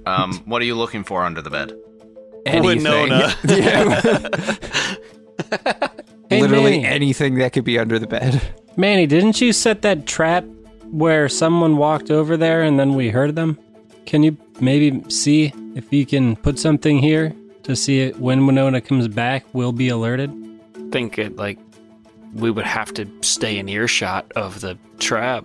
Um, what are you looking for under the bed?
Anything.
Winona.
Yeah.
Hey,
Literally
Manny.
anything that could be under the bed.
Manny, didn't you set that trap where someone walked over there and then we heard them? Can you maybe see if you can put something here to see it when Winona comes back, we'll be alerted?
Think it like we would have to stay in earshot of the trap.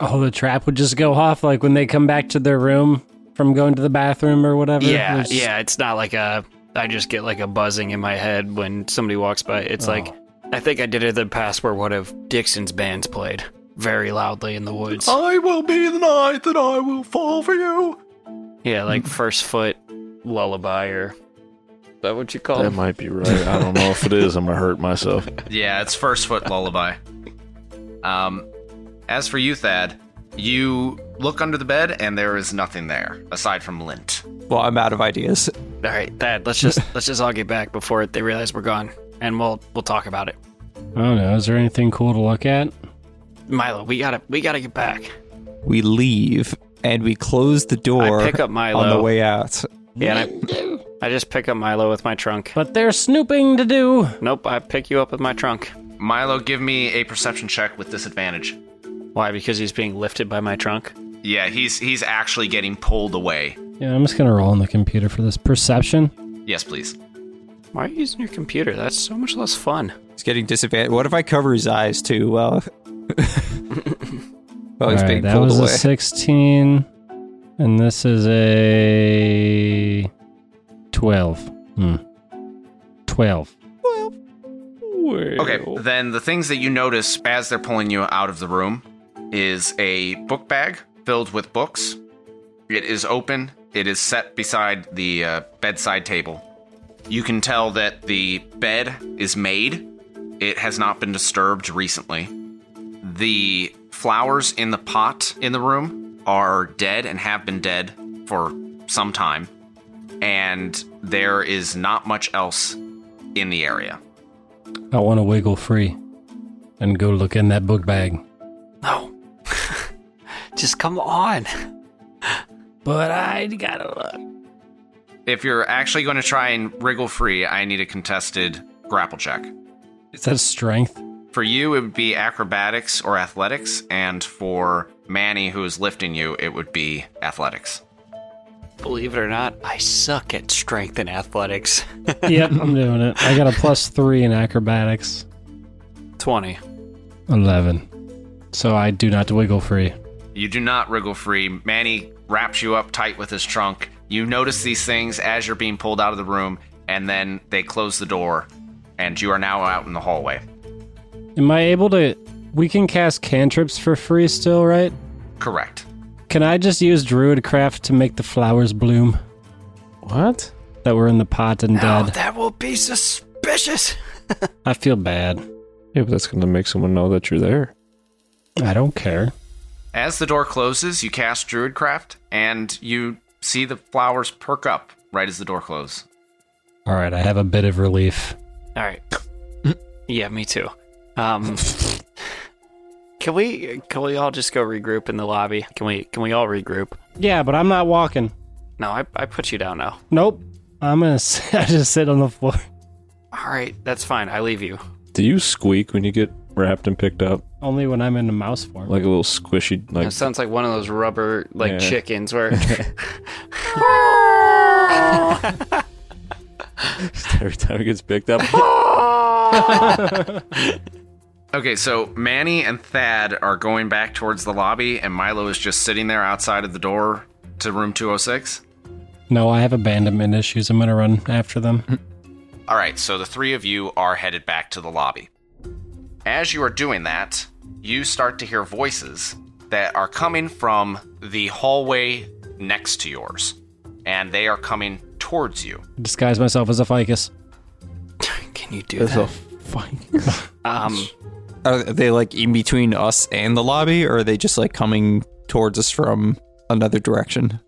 Oh, the trap would just go off like when they come back to their room from going to the bathroom or whatever.
Yeah,
There's-
yeah. It's not like a. I just get like a buzzing in my head when somebody walks by. It's like I think I did it in the past where one of Dixon's bands played very loudly in the woods.
I will be the night that I will fall for you.
Yeah, like first foot lullaby or. Is that what you call
That
it?
might be right. I don't know if it is. I'm gonna hurt myself.
Yeah, it's first foot lullaby. Um, as for you, Thad, you look under the bed and there is nothing there aside from lint.
Well, I'm out of ideas.
All right, Thad. Let's just let's just all get back before they realize we're gone, and we'll we'll talk about it.
I don't know. Is there anything cool to look at?
Milo, we gotta we gotta get back.
We leave and we close the door
I pick up
on the
Milo.
way out.
Yeah, and I, I just pick up Milo with my trunk.
But there's snooping to do.
Nope, I pick you up with my trunk.
Milo, give me a perception check with disadvantage.
Why? Because he's being lifted by my trunk.
Yeah, he's he's actually getting pulled away.
Yeah, I'm just gonna roll on the computer for this perception.
Yes, please.
Why are you using your computer? That's so much less fun.
He's getting disadvantaged. What if I cover his eyes too? Well, well, Oh, he's
All right,
being
that
pulled
was
away.
a 16, and this is a 12. Hmm. 12.
Okay, then the things that you notice as they're pulling you out of the room is a book bag filled with books. It is open, it is set beside the uh, bedside table. You can tell that the bed is made, it has not been disturbed recently. The flowers in the pot in the room are dead and have been dead for some time, and there is not much else in the area.
I want to wiggle free and go look in that book bag.
No. Just come on.
But I gotta look.
If you're actually going to try and wriggle free, I need a contested grapple check.
Is that strength?
For you, it would be acrobatics or athletics, and for Manny, who is lifting you, it would be athletics.
Believe it or not, I suck at strength and athletics.
yep, I'm doing it. I got a plus three in acrobatics.
20.
11. So I do not wiggle free.
You do not wriggle free. Manny wraps you up tight with his trunk. You notice these things as you're being pulled out of the room, and then they close the door, and you are now out in the hallway.
Am I able to? We can cast cantrips for free still, right?
Correct.
Can I just use druidcraft to make the flowers bloom
What?
that were in the pot and
Oh,
dead?
that will be suspicious.
I feel bad.
Yeah, but that's gonna make someone know that you're there.
I don't care.
As the door closes, you cast Druidcraft, and you see the flowers perk up right as the door closes.
All right, I have a bit of relief.
All right. yeah, me too. Um, can we can we all just go regroup in the lobby? Can we can we all regroup?
Yeah, but I'm not walking.
No, I, I put you down now.
Nope. I'm gonna s- I just sit on the floor.
All right, that's fine. I leave you.
Do you squeak when you get wrapped and picked up?
Only when I'm in the mouse form.
Like a little squishy like
That sounds like one of those rubber like
Yeah.
chickens where
every time it gets picked up.
Okay, so Manny and Thad are going back towards the lobby, and Milo is just sitting there outside of the door to room 206.
no, I have abandonment issues. I'm gonna run after them.
All right, so the three of you are headed back to the lobby. As you are doing that, you start to hear voices that are coming from the hallway next to yours, and they are coming towards you.
Disguise myself as a ficus.
can you do
That's
that?
a fucking
Um,
Are they like in between us and the lobby, or are they just like coming towards us from another direction?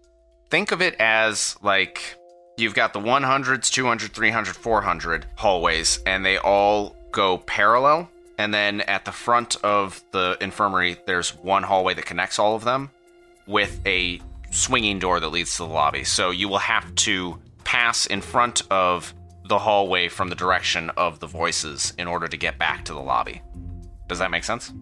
think of it as like you've got the 100s 200 300 400 hallways and they all go parallel and then at the front of the infirmary there's one hallway that connects all of them with a swinging door that leads to the lobby so you will have to pass in front of the hallway from the direction of the voices in order to get back to the lobby does that make sense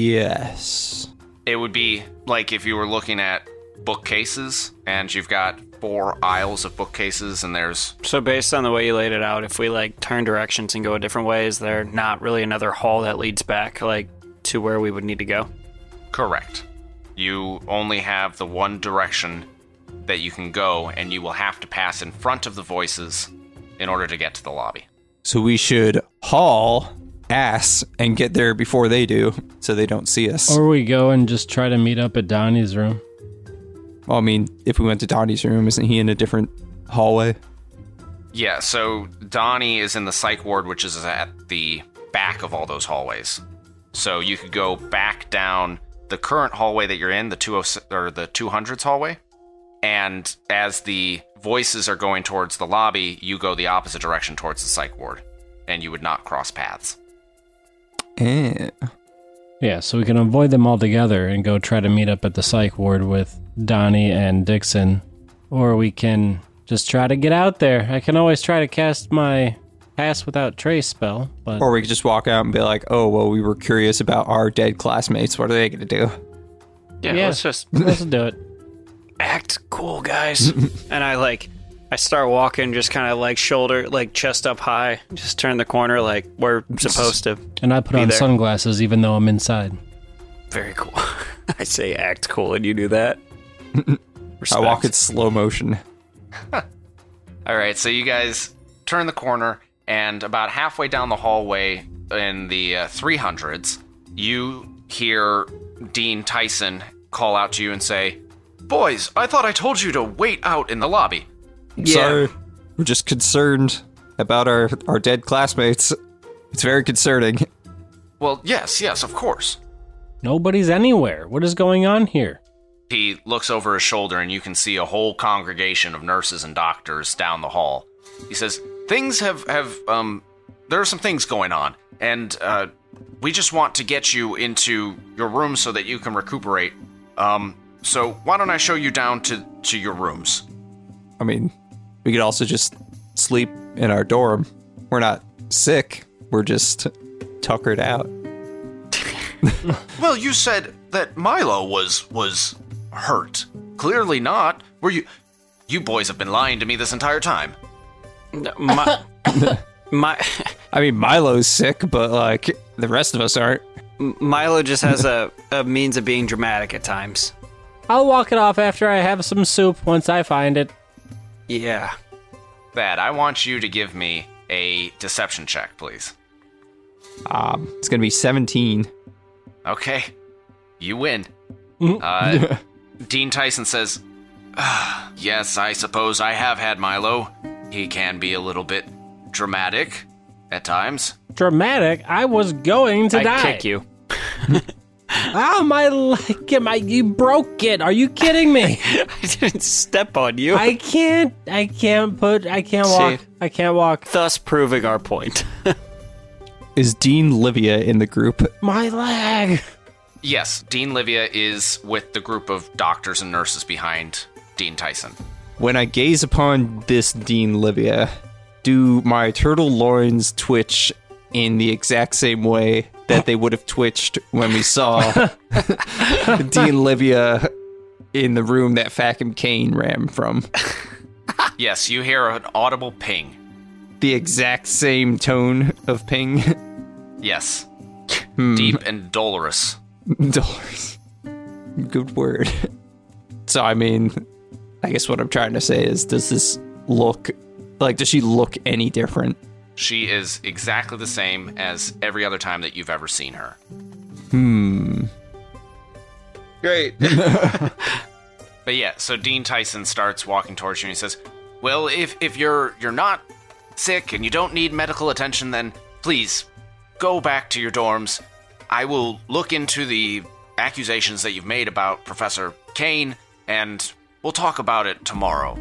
Yes.
it would be like if you were looking at bookcases and you've got four aisles of bookcases and there's
so based on the way you laid it out, if we like turn directions and go a different way, is there not really another hall that leads back like to where we would need to go?
correct. You only have the one direction that you can go and you will have to pass in front of the voices in order to get to the lobby.
So we should haul ass and get there before they do, so they don't see us.
Or we go and just try to meet up at Donnie's room.
well, I mean, if we went to Donnie's room, isn't he in a different hallway?
Yeah, so Donnie is in the psych ward which is at the back of all those hallways. So you could go back down the current hallway that you're in, the 20 or the 200s hallway, and as the voices are going towards the lobby, you go the opposite direction towards the psych ward, and you would not cross paths.
Eh.
Yeah, so we can avoid them altogether and go try to meet up at the psych ward with Donnie and Dixon. Or we can just try to get out there. I can always try to cast my pass without trace spell, but
Or we could just walk out and be like, oh, well, we were curious about our dead classmates. What are they going to do?
Yeah,
Yeah.
let's just
Let's do it.
act cool, guys. and I like, I start walking, just kind of like shoulder, like chest up high, just turn the corner like we're supposed to.
And I put
Be
on
there.
sunglasses even though I'm inside.
Very cool. I say act cool, and you do that.
I walk in
Respect.
slow motion.
All right, so you guys turn the corner, and about halfway down the hallway in the uh, 300s, you hear Dean Tyson call out to you and say, Boys, I thought I told you to wait out in the lobby.
Sorry. We're just concerned about our, our dead classmates. It's very concerning.
Well, yes, yes, of course.
Nobody's anywhere. What is going on here?
He looks over his shoulder, and you can see a whole congregation of nurses and doctors down the hall. He says, "Things have have um, there are some things going on, and uh, we just want to get you into your room so that you can recuperate. Um, so why don't I show you down to to your rooms?
I mean, we could also just sleep in our dorm. We're not sick. We're just tuckered out.
Well, you said that Milo was was hurt. Clearly not. Were you? You boys have been lying to me this entire time.
No, My, my
I mean, Milo's sick, but like the rest of us aren't.
Milo just has a, a means of being dramatic at times.
I'll walk it off after I have some soup once I find it.
Yeah.
Thad, I want you to give me a deception check, please."
Um, it's gonna be 17.
Okay, you win. Uh, Dean Tyson says, "Ah, Yes, I suppose I have had Milo. He can be a little bit dramatic at times.
Dramatic. I was going to
I
die.
kick you.
How am I like am I you broke it? Are you kidding me?
I didn't step on you.
I can't I can't put I can't walk.
See?
I can't walk.
thus proving our point.
Is Dean Livia in the group?
My leg.
Yes, Dean Livia is with the group of doctors and nurses behind Dean Tyson.
When I gaze upon this Dean Livia, do my turtle loins twitch in the exact same way that they would have twitched when we saw Dean Livia in the room that Fackham Kane ran from?
Yes, you hear an audible ping.
The exact same tone of ping.
Yes, deep and dolorous.
dollars. Good word. So I mean, I guess what I'm trying to say is, does this look like? Does she look any different?
She is exactly the same as every other time that you've ever seen her.
Great.
But yeah, so Dean Tyson starts walking towards you and he says, "Well, if if you're you're not sick and you don't need medical attention, then please go back to your dorms. I will look into the accusations that you've made about Professor Kane and we'll talk about it tomorrow."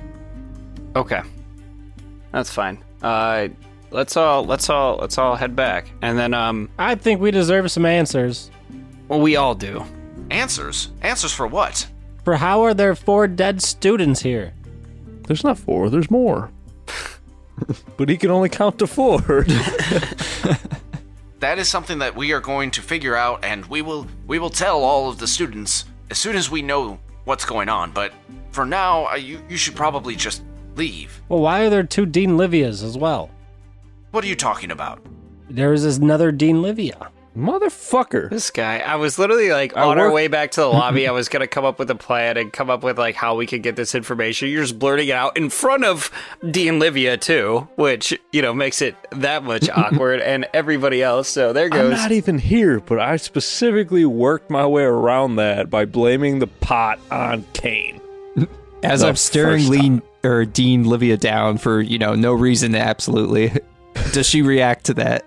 Okay, that's fine. Uh, let's all let's all let's all head back, and then um,
I think we deserve some answers.
well, we all do.
Answers? Answers for what?
For how are there four dead students here?
There's not four, there's more. but he can only count to four.
That is something that we are going to figure out and we will we will tell all of the students as soon as we know what's going on, but for now, uh, you you should probably just leave.
Well, why are there two Dean Livias as well?
What are you talking about?
There is another Dean Livia.
Motherfucker.
This guy, I was literally like on our way back to the lobby. I was gonna come up with a plan and come up with like how we could get this information. You're just blurting it out in front of Dean Livia too, which you know makes it that much awkward, and everybody else. So there
I'm
goes.
not even here, but I specifically worked my way around that by blaming the pot on Kane.
As
The
I'm staring
first
Lean or Dean Livia down for you know no reason, absolutely. Does she react to that?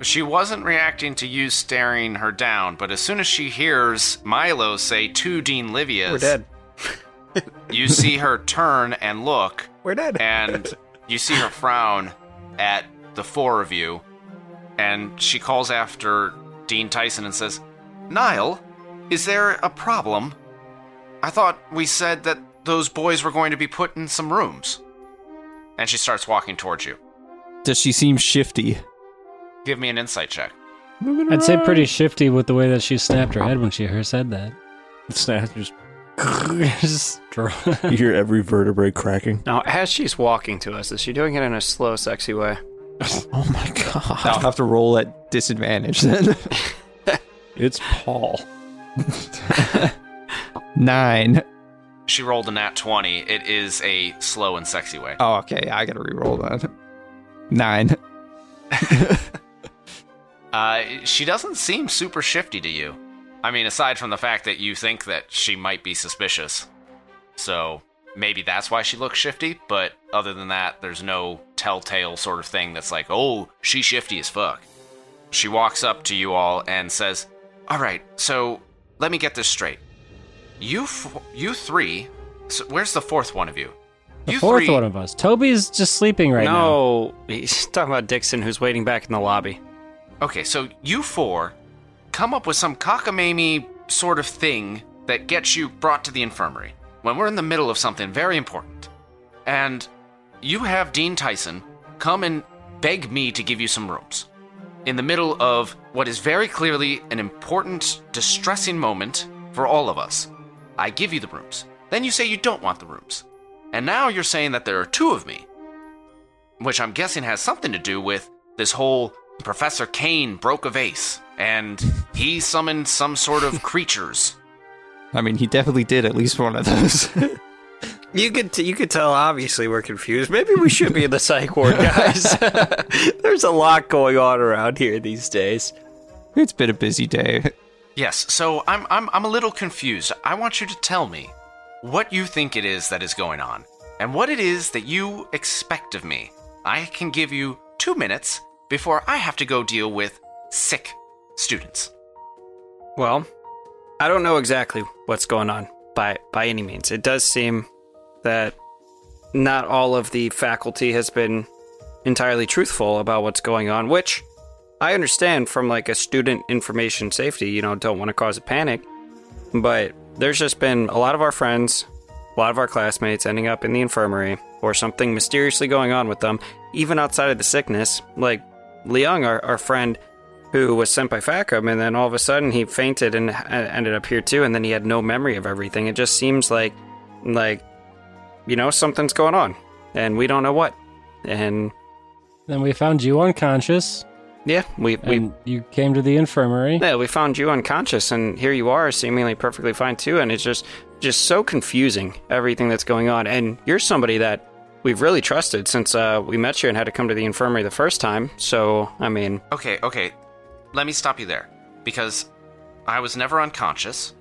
She wasn't reacting to you staring her down, but as soon as she hears Milo say to Dean Livia's,
We're dead.
you see her turn and look,
We're dead.
and you see her frown at the four of you, and she calls after Dean Tyson and says, Niall, is there a problem? I thought we said that those boys were going to be put in some rooms. And she starts walking towards you.
Does she seem shifty?
Give me an insight check.
Mm.
I'd say pretty shifty with the way that she snapped her head when she heard said that.
Snap, just
Just draw.
you hear every vertebrae cracking.
Now, as she's walking to us, is she doing it in a slow, sexy way?
Oh my god.
I'll have to roll at disadvantage then.
It's Paul.
Nine.
She rolled a nat 20. It is a slow and sexy way.
Oh, okay. I gotta re-roll that. Nine.
Uh, she doesn't seem super shifty to you. I mean, aside from the fact that you think that she might be suspicious. So maybe that's why she looks shifty, but other than that, there's no telltale sort of thing that's like, oh, she's shifty as fuck. She walks up to you all and says, All right, so let me get this straight. You, f- you three, so where's the fourth one of you?
The
you
fourth
three,
one of us. Toby's just sleeping right now.
no, he's talking about Dixon, who's waiting back in the lobby.
Okay, so you four come up with some cockamamie sort of thing that gets you brought to the infirmary when we're in the middle of something very important. And you have Dean Tyson come and beg me to give you some rooms in the middle of what is very clearly an important, distressing moment for all of us. I give you the rooms. Then you say you don't want the rooms. And now you're saying that there are two of me which I'm guessing has something to do with this whole Professor Kane broke a vase and he summoned some sort of creatures.
I mean, he definitely did at least one of those.
You could t- you could tell obviously we're confused. Maybe we should be in the psych ward, guys. There's a lot going on around here these days.
it's been a busy day.
Yes, so I'm I'm I'm a little confused. I want you to tell me what you think it is that is going on and what it is that you expect of me. I can give you 2 minutes before I have to go deal with sick students.
Well, I don't know exactly what's going on by by any means. It does seem that not all of the faculty has been entirely truthful about what's going on, which I understand from like a student information safety, you know, don't want to cause a panic, but there's just been a lot of our friends, a lot of our classmates ending up in the infirmary or something mysteriously going on with them, even outside of the sickness. Like Liang, our, our friend, who was sent by Facum, and then all of a sudden he fainted and uh, ended up here too, and then he had no memory of everything. It just seems like, like, you know, something's going on, and we don't know what. And
Then we found you unconscious,
yeah, we we
and you came to the infirmary.
yeah we found you unconscious, and here you are, seemingly perfectly fine too, and it's just just so confusing everything that's going on. And you're somebody that we've really trusted since uh, we met you and had to come to the infirmary the first time. So I mean,
Okay, okay. Let me stop you there. Because I was never unconscious.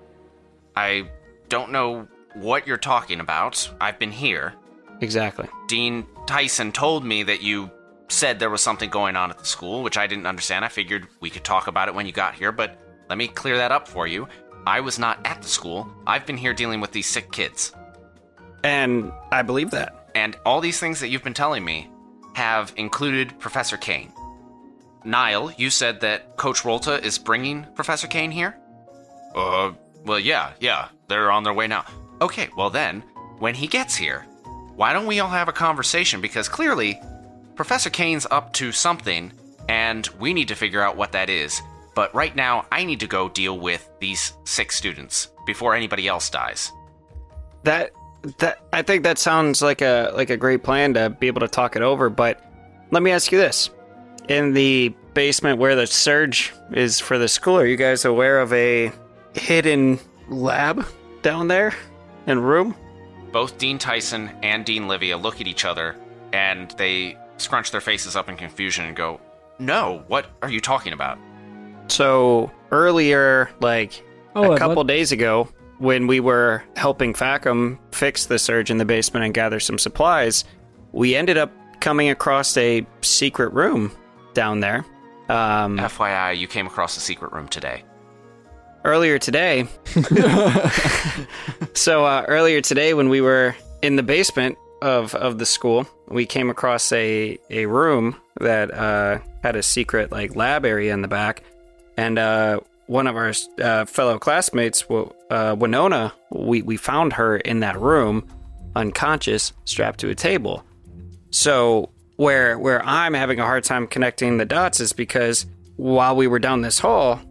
I don't know what you're talking about. I've been here.
exactly.
Dean Tyson told me that you said there was something going on at the school, which I didn't understand. I figured we could talk about it when you got here, but let me clear that up for you. I was not at the school. I've been here dealing with these sick kids.
And I believe that.
And all these things that you've been telling me have included Professor Kane. Niall, you said that Coach Rolta is bringing Professor Kane here? Uh, well, yeah, yeah. They're on their way now. Okay, well then, when he gets here, why don't we all have a conversation? Because clearly, Professor Kane's up to something, and we need to figure out what that is. But right now, I need to go deal with these six students before anybody else dies.
that that I think that sounds like a like a great plan to be able to talk it over. But let me ask you this: in the basement where the surge is for the school, are you guys aware of a hidden lab down there and room?
Both Dean Tyson and Dean Livia look at each other and they scrunch their faces up in confusion and go, No, what are you talking about?
So earlier, like
Oh,
a
I'd
couple
love-
days ago, when we were helping Facum fix the surge in the basement and gather some supplies, we ended up coming across a secret room down there. Um,
FYI, you came across a secret room today.
earlier today. so uh, earlier today, when we were in the basement of of the school, we came across a a room that uh, had a secret like lab area in the back, and uh, one of our uh, fellow classmates, Wi- uh, Winona, we we found her in that room, unconscious, strapped to a table. So where where I'm having a hard time connecting the dots is because while we were down this hall,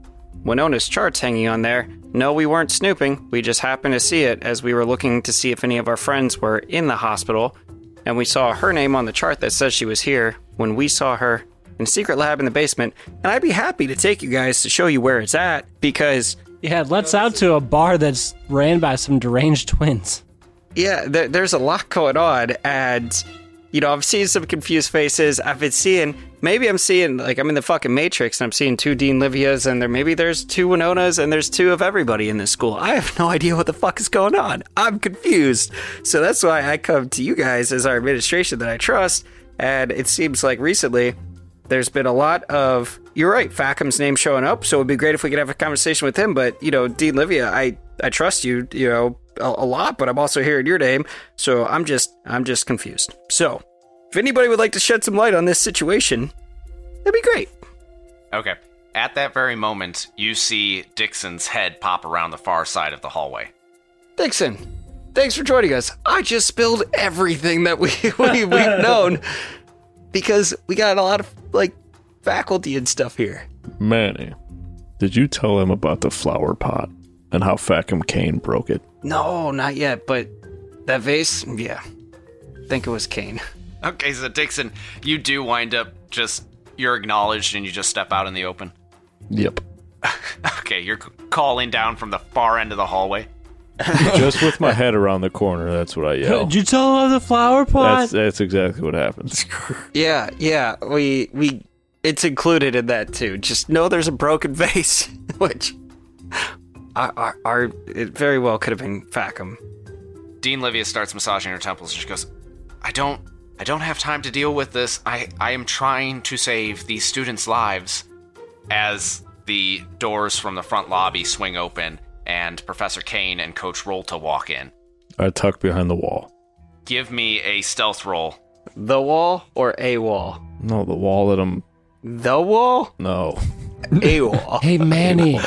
Winona's chart's hanging on there, and No, we weren't snooping. We just happened to see it as we were looking to see if any of our friends were in the hospital, and we saw her name on the chart that says she was here when we saw her in a secret lab in the basement. And I'd be happy to take you guys to show you where it's at because
Yeah, let's out to a bar that's ran by some deranged twins.
yeah, there, there's a lot going on, and you know, I've seen some confused faces. I've been seeing maybe I'm seeing like I'm in the fucking Matrix, and I'm seeing two Dean Livias, and there maybe there's two Winonas, and there's two of everybody in this school. I have no idea what the fuck is going on. I'm confused, so that's why I come to you guys as our administration that I trust. And it seems like recently there's been a lot of you're right Fackum's name showing up so it'd be great if we could have a conversation with him but you know Dean Livia I I trust you you know a, a lot but I'm also hearing your name so I'm just I'm just confused so if anybody would like to shed some light on this situation that'd be great
Okay. At that very moment, you see Dixon's head pop around the far side of the hallway.
Dixon thanks for joining us I just spilled everything that we, we we've known because we got a lot of like faculty and stuff here
Manny, did you tell him about the flower pot and how Fackham Kane broke it?
no not yet but that vase yeah think it was Kane
Okay, so Dixon, you do wind up just you're acknowledged and you just step out in the open.
Yep.
Okay, you're c- calling down from the far end of the hallway.
Just with my head around the corner, that's what I yell.
Did you tell him of the flower pot?
That's that's exactly what happens.
Yeah, yeah, we we it's included in that too. Just know there's a broken vase, which our, our, our it very well could have been Fackham.
Dean Livia starts massaging her temples and she goes, "I don't I don't have time to deal with this. I I am trying to save these students' lives." As the doors from the front lobby swing open and Professor Kane and Coach Rolta walk in.
I tuck behind the wall.
Give me a stealth roll.
The wall or a wall?
No, the wall that I'm.
The wall?
No.
A wall.
hey, Manny.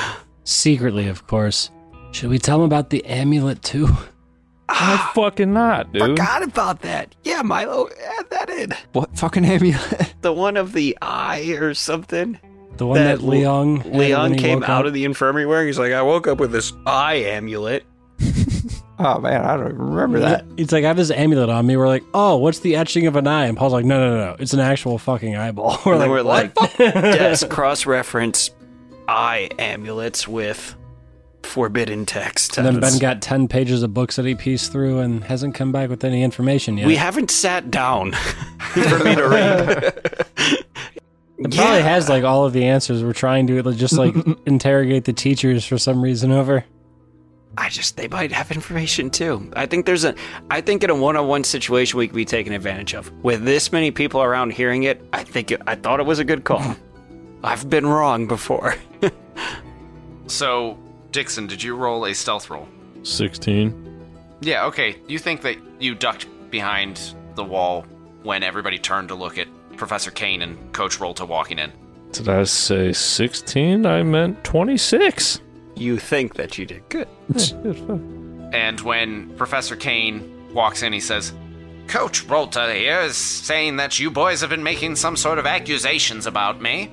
Secretly, of course. Should we tell him about the amulet too?
i fucking not, dude.
Forgot about that. Yeah, Milo, add that in.
What fucking amulet?
The one of the eye or something.
The one that, Leon had when
Leon
he
came
woke
out
up?
of the infirmary wearing. He's like, I woke up with this eye amulet.
Oh man, I don't even remember that.
It's like I have this amulet on me. We're like, oh, what's the etching of an eye? And Paul's like, no, no, no, no. it's an actual fucking eyeball. We're
And
like,
then we're
what?
like, let's cross reference eye amulets with forbidden text.
and then Ben got ten pages of books that he pieced through and hasn't come back with any information yet.
We haven't sat down for me to read.
it probably
Yeah.
has like all of the answers. We're trying to like, just like interrogate the teachers for some reason over.
I just they might have information too. I think there's a I think in a one-on-one situation we could be taken advantage of. With this many people around hearing it, I think it, I thought it was a good call. I've been wrong before.
So, Dixon, did you roll a stealth roll?
16.
Yeah, okay. You think that you ducked behind the wall when everybody turned to look at Professor Kane and Coach Rolta walking in.
Did I say 16? I meant 26.
you think that you did good.
And when Professor Kane walks in, he says, Coach Rolta here is saying that you boys have been making some sort of accusations about me.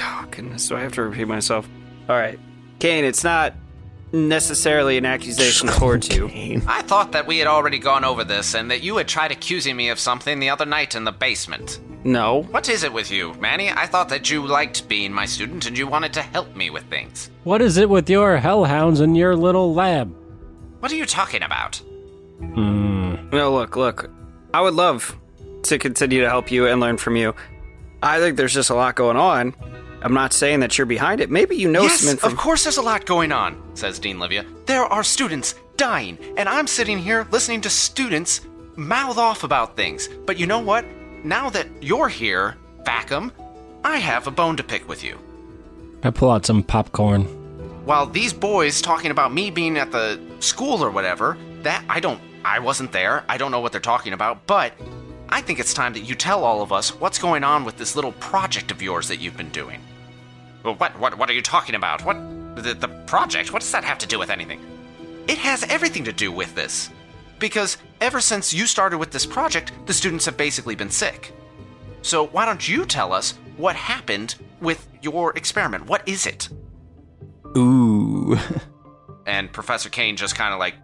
Oh, goodness. Do I have to repeat myself? All right. Kane, it's not necessarily an accusation towards you.
I thought that we had already gone over this and that you had tried accusing me of something the other night in the basement.
No.
What is it with you, Manny? I thought that you liked being my student and you wanted to help me with things.
What is it with your hellhounds and your little lab?
What are you talking about?
No, look, look. I would love to continue to help you and learn from you. I think there's just a lot going on. I'm not saying that you're behind it. Maybe you know
Yes,
some info.
of course there's a lot going on, says Dean Livia. There are students dying, and I'm sitting here listening to students mouth off about things. But you know what? Now that you're here, Vacuum, I have a bone to pick with you.
I pull out some popcorn.
While these boys talking about me being at the school or whatever, that I don't I wasn't there. I don't know what they're talking about, but I think it's time that you tell all of us what's going on with this little project of yours that you've been doing. Well, what what what are you talking about? What the, the project? What does that have to do with anything? It has everything to do with this. Because ever since you started with this project, the students have basically been sick. So why don't you tell us what happened with your experiment? What is it?
Ooh.
and Professor Kane just kind of like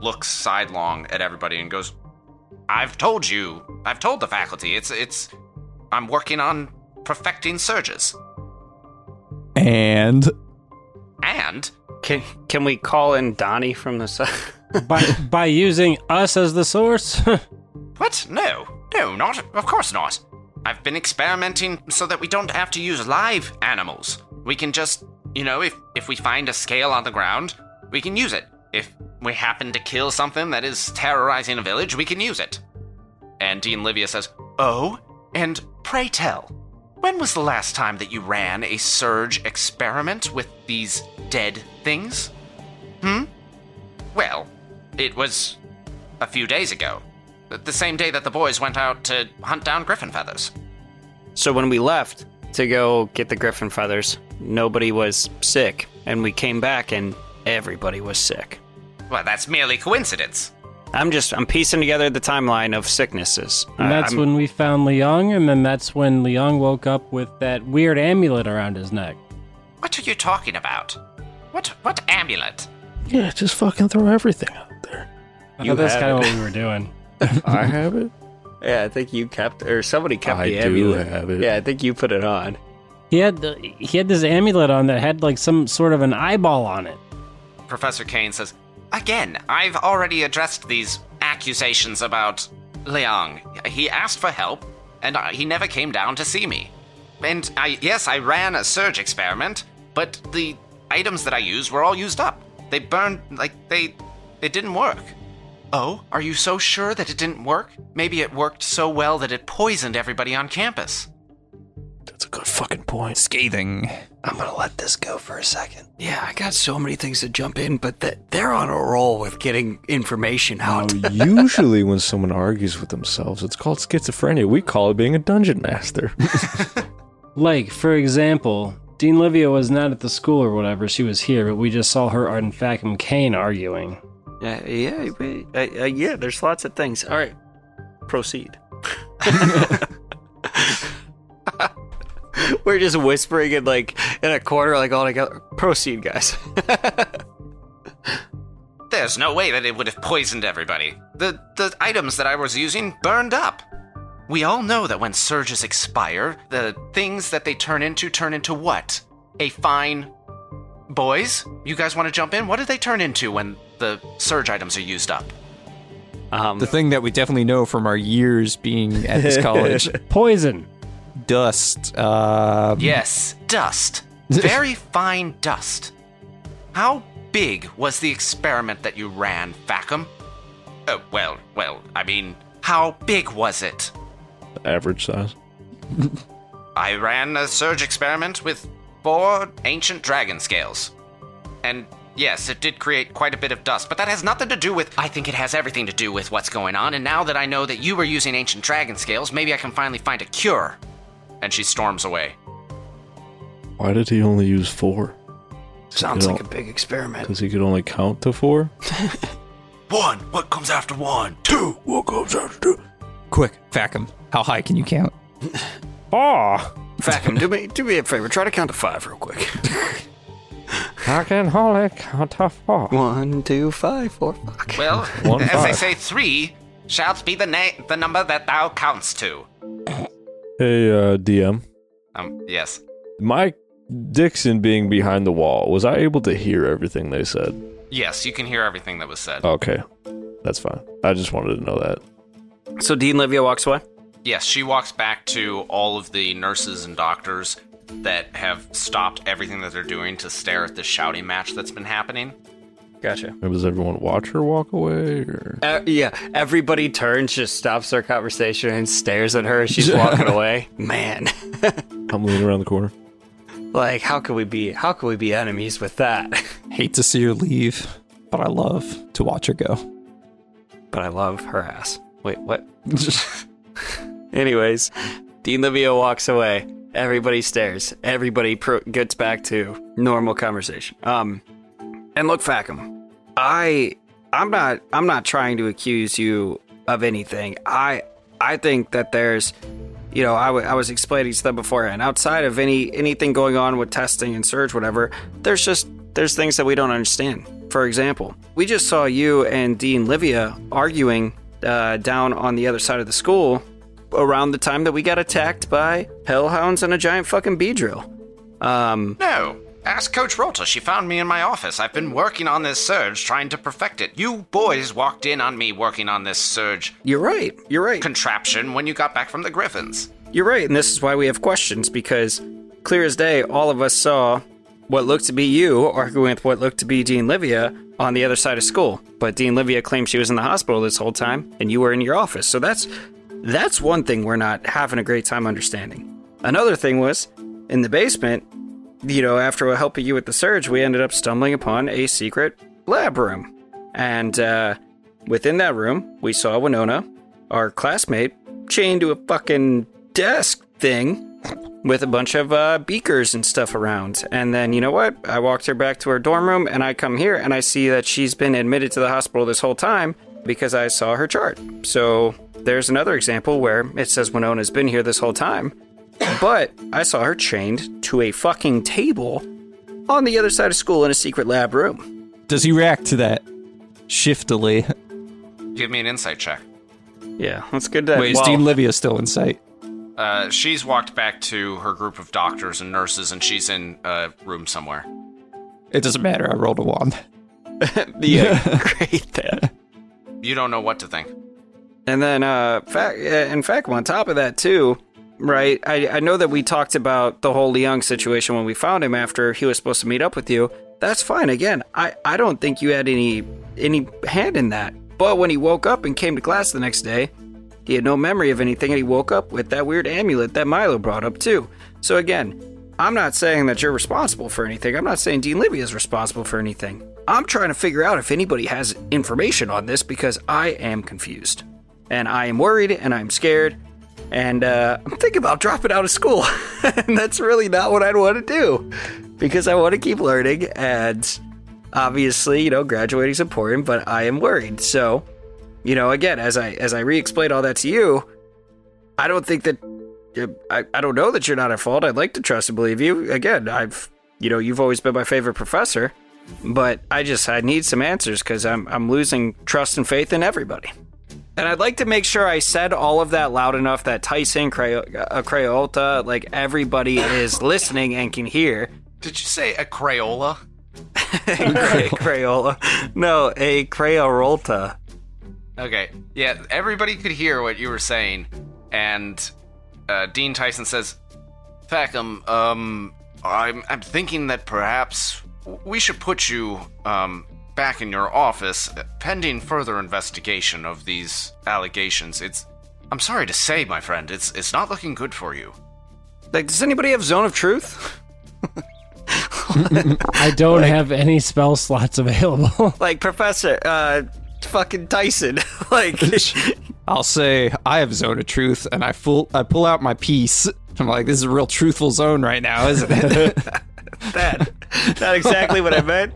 looks sidelong at everybody and goes, "I've told you. I've told the faculty. It's it's. I'm working on perfecting surges,
And
and
Can can we call in Donnie from the side?
by by using us as the source.
What? No. No, not. Of course not. I've been experimenting so that we don't have to use live animals. We can just, you know, if if we find a scale on the ground, we can use it. If we happen to kill something that is terrorizing a village, we can use it. And Dean Livia says, "Oh, and pray tell, when was the last time that you ran a surge experiment with these dead things?" Hmm? Well, it was a few days ago. The same day that the boys went out to hunt down griffin feathers.
So when we left to go get the griffin feathers, nobody was sick, and we came back and everybody was sick.
Well, that's merely coincidence.
I'm just I'm piecing together the timeline of sicknesses. I-
And that's
I'm-
when we found Liang, and then that's when Liang woke up with that weird amulet around his neck.
What are you talking about? What what amulet?
Yeah, just fucking throw everything out there.
I
You
thought that's
have
kind of
it.
what we were doing.
I have it.
yeah, I think you kept or somebody kept
I
the
do
amulet.
have it.
Yeah, I think you put it on.
He had the, he had this amulet on that had like some sort of an eyeball on it.
Professor Kane says, Again, I've already addressed these accusations about Liang. He asked for help, and I, he never came down to see me. And I, yes, I ran a surge experiment, but the items that I used were all used up. They burned, like, they. It didn't work. Oh, are you so sure that it didn't work? Maybe it worked so well that it poisoned everybody on campus.
That's a good fucking point.
scathing.
I'm gonna let this go for a second.
Yeah, I got so many things to jump in, but that they're on a roll with getting information out.
Now, usually, when someone argues with themselves, it's called schizophrenia. We call it being a dungeon master.
Like for example, Dean Livia was not at the school or whatever; she was here, but we just saw her and Facum Kane arguing.
Yeah, yeah, we- uh, uh, yeah. There's lots of things. All right, proceed. We're just whispering in like in a corner, like all together. Proceed, guys.
There's no way that it would have poisoned everybody. The the items that I was using burned up. We all know that when surges expire, the things that they turn into turn into what? A fine boys? You guys want to jump in? What do they turn into when the surge items are used up?
um,
The thing that we definitely know from our years being at this college
Poison.
dust. Uh,
Yes, dust. Very fine dust. How big was the experiment that you ran, Facum? Oh, well, well, I mean, how big was it?
Average size.
I ran a surge experiment with four ancient dragon scales. And yes, it did create quite a bit of dust, but that has nothing to do with. I think it has everything to do with what's going on, and now that I know that you were using ancient dragon scales, maybe I can finally find a cure. And she storms away.
Why did he only use four?
Sounds
You
like a
know-
big experiment.
Because he could only count to four.
One. What comes after one? Two.
What goes out to do?
quick, Facum. How high can you count?
Facum, do me do me a favor. Try to count to five real quick.
I can only count to four.
One, two, five, four. Fuck.
Well,
One
as they
five.
say, three shalt be the, na- the number that thou counts to.
Hey, uh, DM.
Um, yes.
Mike Dixon being behind the wall, was I able to hear everything they said?
Yes, you can hear everything that was said.
Okay, that's fine. I just wanted to know that.
So Dean Livia walks away.
Yes, she walks back to all of the nurses and doctors that have stopped everything that they're doing to stare at the shouting match that's been happening.
Gotcha.
Or Does everyone watch her walk away? Or...
Uh, yeah, everybody turns, just stops their conversation, and stares at her as she's walking away. Man,
I'm leaning around the corner.
like how could we be? How could we be enemies with that?
Hate to see her leave, but I love to watch her go.
but I love her ass. Wait, what? Anyways, Dean Livio walks away. Everybody stares. Everybody pro- gets back to normal conversation. Um, and look, Facum, I, I'm not, I'm not trying to accuse you of anything. I, I think that there's, you know, I wa- I was explaining to them beforehand. Outside of any anything going on with testing and surge, whatever, there's just there's things that we don't understand. for example. We just saw you and Dean Livia arguing uh, down on the other side of the school around the time that we got attacked by hellhounds and a giant fucking bee drill. Um,
No. Ask Coach Rolta. She found me in my office. I've been working on this surge, trying to perfect it. You boys walked in on me working on this surge
you're right. You're right.
contraption when you got back from the Griffins.
You're right, and this is why we have questions because clear as day, all of us saw what looked to be you arguing with what looked to be Dean Livia on the other side of school. But Dean Livia claimed she was in the hospital this whole time and you were in your office. So that's that's one thing we're not having a great time understanding. Another thing was in the basement, you know, after helping you with the surge, we ended up stumbling upon a secret lab room. And uh, within that room, we saw Winona, our classmate, chained to a fucking desk thing with a bunch of uh, beakers and stuff around. And then, you know what? I walked her back to her dorm room and I come here and I see that she's been admitted to the hospital this whole time because I saw her chart. So there's another example where it says Winona's been here this whole time, but I saw her chained to a fucking table on the other side of school in a secret lab room.
Does he react to that shiftily?
Give me an insight check.
Yeah, that's good. To
Wait, is Dean Livia still in sight?
Uh, she's walked back to her group of doctors and nurses, and she's in a room somewhere.
It doesn't matter. I rolled a one.
yeah, great then.
You don't know what to think.
And then, uh, fact, in fact, on top of that too, right? I, I know that we talked about the whole Leung situation when we found him after he was supposed to meet up with you. That's fine. Again, I, I don't think you had any any hand in that. But when he woke up and came to class the next day, he had no memory of anything, and he woke up with that weird amulet that Milo brought up too. So again, I'm not saying that you're responsible for anything. I'm not saying Dean Libby is responsible for anything. I'm trying to figure out if anybody has information on this because I am confused and I am worried and I'm scared and uh, I'm thinking about dropping out of school. and that's really not what I'd want to do because I want to keep learning. And obviously, you know, graduating's important, but I am worried. So, you know, again, as I as I re-explain all that to you, I don't think that uh, I, I don't know that you're not at fault. I'd like to trust and believe you. Again, I've you know, you've always been my favorite professor, but I just I need some answers because I'm I'm losing trust and faith in everybody. And I'd like to make sure I said all of that loud enough that Tyson, Cray- uh, Crayolta, like everybody is listening and can hear.
Did you say a Crayola?
Cray- Crayola. No, a Crayolta.
Okay. Yeah, everybody could hear what you were saying, and uh, Dean Tyson says, "Facum, um, I'm I'm thinking that perhaps we should put you um back in your office uh, pending further investigation of these allegations. It's I'm sorry to say, my friend, it's it's not looking good for you.
Like, does anybody have Zone of Truth?
I don't have any spell slots available.
Like, Professor, uh, fucking Tyson. like,
I'll say I have zone of truth, and I full I pull out my piece. I'm like, this is a real truthful zone right now, isn't it?
that. Not exactly what I meant,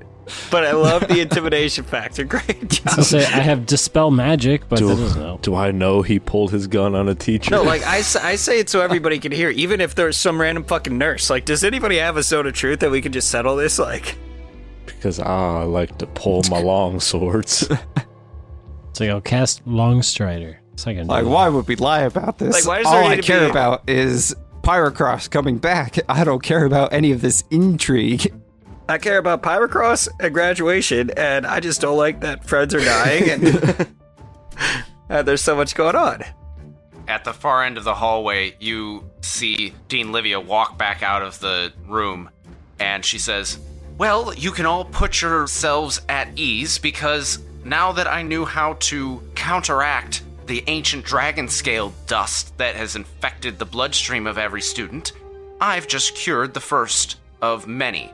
but I love the intimidation factor. Great
I
job.
say I have dispel magic, but that doesn't
Do,
help.
do I know he pulled his gun on a teacher?
No, like I, s- I say it so everybody can hear, even if there's some random fucking nurse. Like, does anybody have a zone of truth that we can just settle this? Like,
because ah, I like to pull my long swords.
It's like I'll cast Long Strider. Second.
like, why would we lie about this?
Like, why does there
All
need
I
to
care
be-
about is Pyrocross coming back. I don't care about any of this intrigue.
I care about Pyrocross and graduation, and I just don't like that friends are dying and, and there's so much going on.
At the far end of the hallway, you see Dean Livia walk back out of the room, and she says, Well, you can all put yourselves at ease because now that I knew how to counteract the ancient dragon scale dust that has infected the bloodstream of every student, I've just cured the first of many.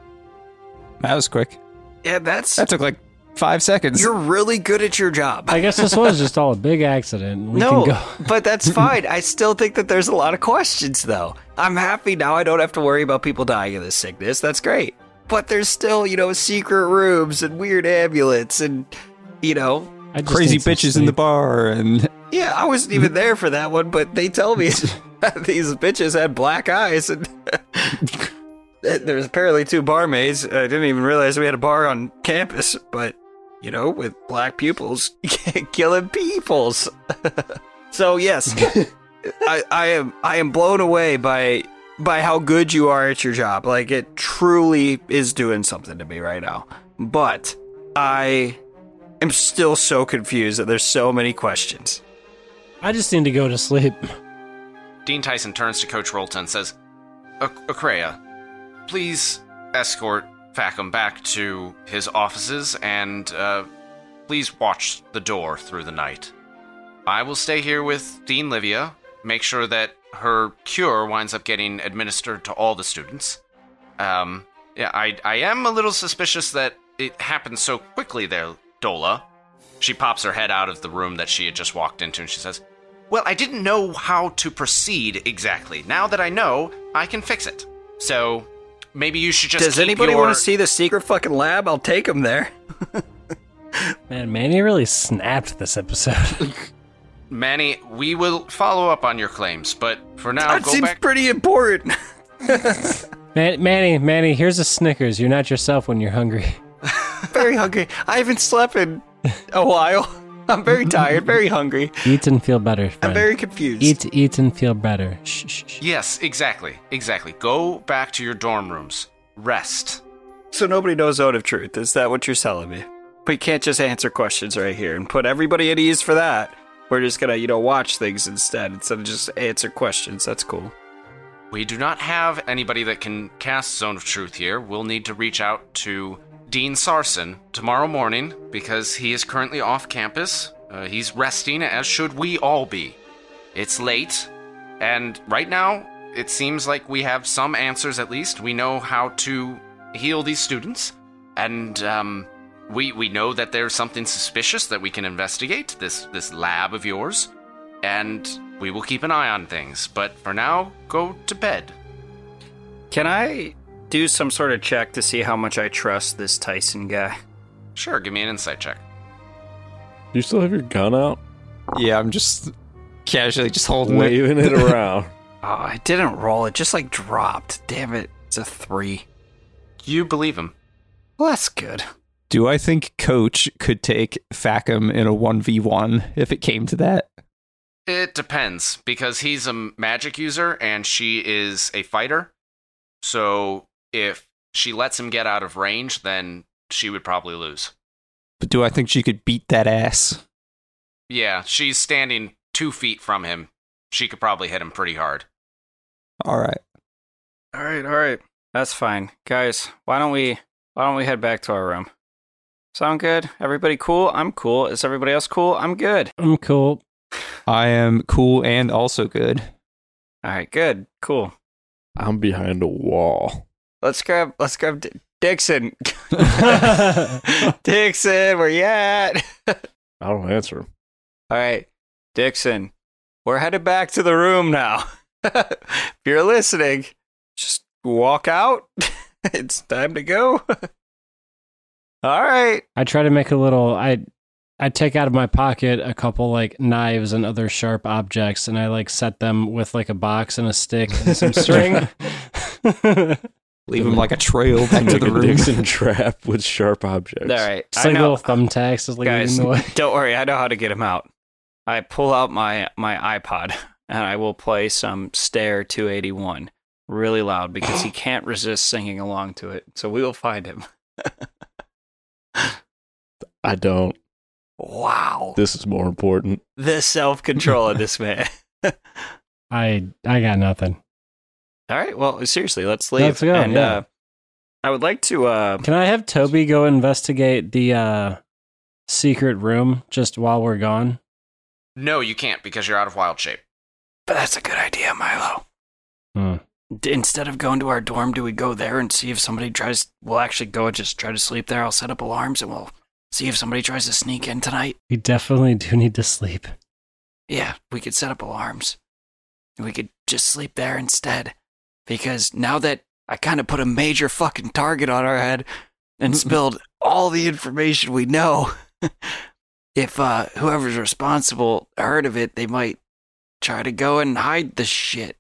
That was quick.
Yeah, that's
That took like five seconds.
you're really good at your job.
I guess this was just all a big accident. We
no,
can go.
but that's fine. I still think that there's a lot of questions, though. I'm happy now. I don't have to worry about people dying of this sickness. That's great. But there's still, you know, secret rooms and weird amulets and, you know,
I just
Crazy
need some
bitches in the
sleep.
bar, and
yeah, I wasn't even there for that one. But they tell me these bitches had black eyes and
Eh,
There's apparently two barmaids. I didn't even realize we had a bar on campus, but you know, with black pupils killing peoples. so yes, I, I am I am blown away by by how good you are at your job. Like it truly is doing something to me right now. But I am still so confused that there's so many questions.
I just need to go to sleep.
Dean Tyson turns to Coach Rolta and says, "Ac- Acrea, please escort Fackham back to his offices and uh, please watch the door through the night. I will stay here with Dean Livia, make sure that her cure winds up getting administered to all the students. Um, yeah, I, I am a little suspicious that it happened so quickly there, Dola. She pops her head out of the room that she had just walked into and she says, Well, I didn't know how to proceed exactly. Now that I know, I can fix it. So maybe you should just.
Does
keep
anybody
your-
want to see the secret fucking lab? I'll take them there.
Man, Manny really snapped this episode.
Manny, we will follow up on your claims, but for now,
That
go
seems
back.
pretty important.
Man- Manny, Manny, here's a Snickers. You're not yourself when you're hungry.
very hungry. I haven't slept in a while. I'm very tired, very hungry.
Eat and feel better,
I'm
friend.
very confused.
Eat, eat and feel better. Shh, shh, shh.
yes, exactly. Exactly. Go back to your dorm rooms. Rest.
So nobody knows out of truth. Is that what you're telling me? We can't just answer questions right here and put everybody at ease for that. We're just gonna, you know, watch things instead instead of just answer questions. That's cool.
We do not have anybody that can cast Zone of Truth here. We'll need to reach out to Dean Sarson tomorrow morning because he is currently off campus. Uh, he's resting, as should we all be. It's late, and right now, it seems like we have some answers at least. We know how to heal these students, and um, we we know that there's something suspicious that we can investigate. This this lab of yours and we will keep an eye on things. But for now, go to bed.
Can I do some sort of check to see how much I trust this Tyson guy?
Sure, give me an insight check.
Do you still have your gun out?
Yeah, I'm just casually just holding it.
Waving it around.
Oh, I didn't roll. It just like dropped. Damn it. It's a three.
You believe him.
Well, that's good.
Do I think Coach could take Fackham in a 1v1 if it came to that?
It depends, because he's a magic user and she is a fighter. So if she lets him get out of range, then she would probably lose.
But do I think she could beat that ass?
Yeah, she's standing two feet from him. She could probably hit him pretty hard.
All right.
All right, all right. That's fine. Guys, why don't we why don't we head back to our room? Sound good? Everybody cool? I'm cool. Is everybody else cool? I'm good.
I'm cool.
I am cool and also good.
All right, good. Cool.
I'm behind a wall.
Let's grab let's grab D- Dixon. Dixon, where you at?
I don't answer.
All right. Dixon, we're headed back to the room now. if you're listening, just walk out. it's time to go. all right.
I try to make a little. I I take out of my pocket a couple like knives and other sharp objects, and I like set them with like a box and a stick and some string. it's
Leave him like a trail back to
Like
the
a
room.
Dixon trap with sharp objects.
All right. I
like
know-
little thumbtacks, is like
Guys.
in the way.
Don't worry, I know how to get him out. I pull out my my iPod and I will play some Stair 281 really loud because he can't resist singing along to it. So we will find him.
I don't.
Wow.
This is more important.
The self-control of this man.
I I got nothing.
All right, well, seriously, let's leave.
Let's go,
and
yeah.
uh I would like to uh
Can I have Toby go investigate the uh secret room just while we're gone?
No, you can't because you're out of wild shape.
But that's a good idea, Milo.
Hmm.
D- Instead of going to our dorm, do we go there and see if somebody tries? We'll actually go and just try to sleep there. I'll set up alarms and we'll see if somebody tries to sneak in tonight.
We definitely do need to sleep.
Yeah, we could set up alarms. And we could just sleep there instead. Because now that I kind of put a major fucking target on our head and spilled all the information we know, if uh, whoever's responsible heard of it, they might try to go and hide the shit.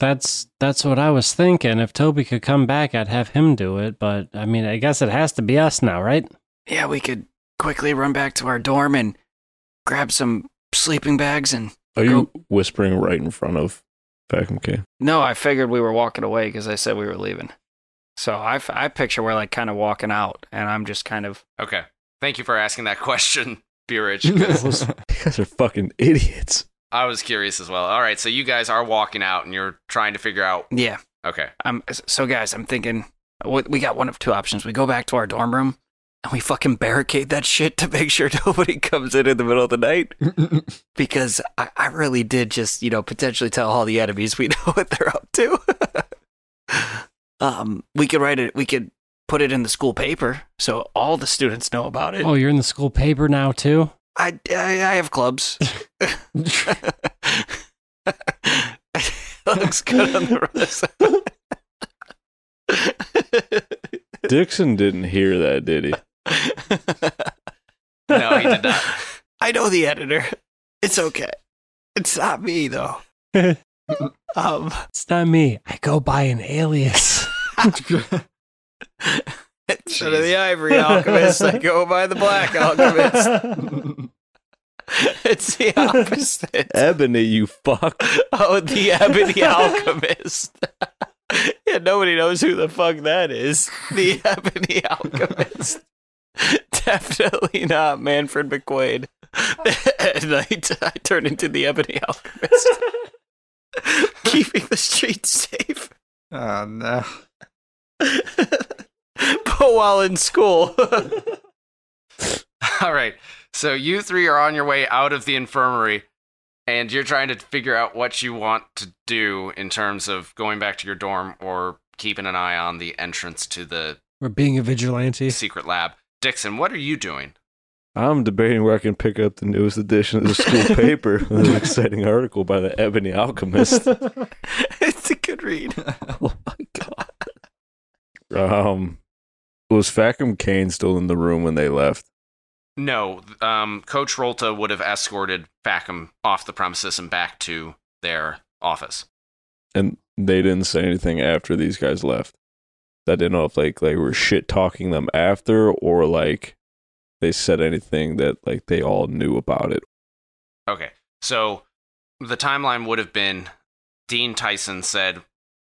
That's that's what I was thinking. If Toby could come back, I'd have him do it. But I mean, I guess it has to be us now, right?
Yeah, we could quickly run back to our dorm and grab some sleeping bags and
Are you whispering right in front of Vacuum King?
No, I figured we were walking away because I said we were leaving. So I, f- I picture we're like kind of walking out, and I'm just kind of
Okay. Thank you for asking that question, Beerich.
you guys are fucking idiots.
I was curious as well. All right, so you guys are walking out and you're trying to figure out.
yeah.
Okay.
I'm so guys, I'm thinking we we got one of two options. We go back to our dorm room and we fucking barricade that shit to make sure nobody comes in in the middle of the night because I, I really did just you know potentially tell all the enemies we know what they're up to. um, we could write it. We could put it in the school paper so all the students know about it.
Oh, you're in the school paper now too.
I, I, I have clubs. Looks good on the rest.
Dixon didn't hear that, did he?
No, he did not.
I know the editor. It's okay. It's not me though. um,
It's not me. I go by an alias.
instead of the ivory alchemist, I go by the black alchemist. it's the opposite.
Ebony, you fuck.
Oh, the ebony alchemist. yeah, nobody knows who the fuck that is. The ebony alchemist. Definitely not Manfred McQuaid. and I, t- I turn into the ebony alchemist, keeping the streets safe.
Oh no.
but while in school,
All right. So you three are on your way out of the infirmary and you're trying to figure out what you want to do in terms of going back to your dorm or keeping an eye on the entrance to the
We're being a vigilante.
secret lab. Dixon, what are you doing?
I'm debating where I can pick up the newest edition of the school paper with an exciting article by the Ebony Alchemist.
it's a good read.
oh my god. Um, was Facum Kane still in the room when they left?
No, um, Coach Rolta would have escorted Fackham off the premises and back to their office.
And they didn't say anything after these guys left. I didn't know if like they were shit talking them after or like they said anything that like they all knew about it.
Okay. So the timeline would have been Dean Tyson said,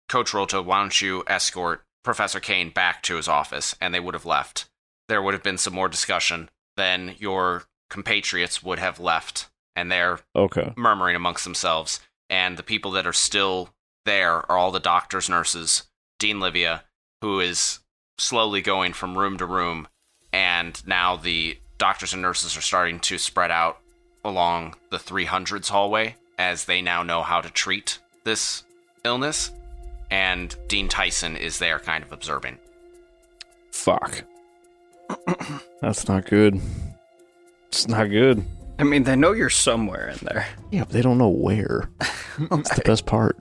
Coach Rolto, why don't you escort Professor Kane back to his office? And they would have left. There would have been some more discussion. Then your compatriots would have left and they're
Okay.
murmuring amongst themselves. And the people that are still there are all the doctors, nurses, Dean Livia, who is slowly going from room to room. And now the doctors and nurses are starting to spread out along the 300s hallway as they now know how to treat this illness. And Dean Tyson is there, kind of observing.
Fuck. That's not good. It's not good.
I mean they know you're somewhere in there.
Yeah, but they don't know where. That's the best part.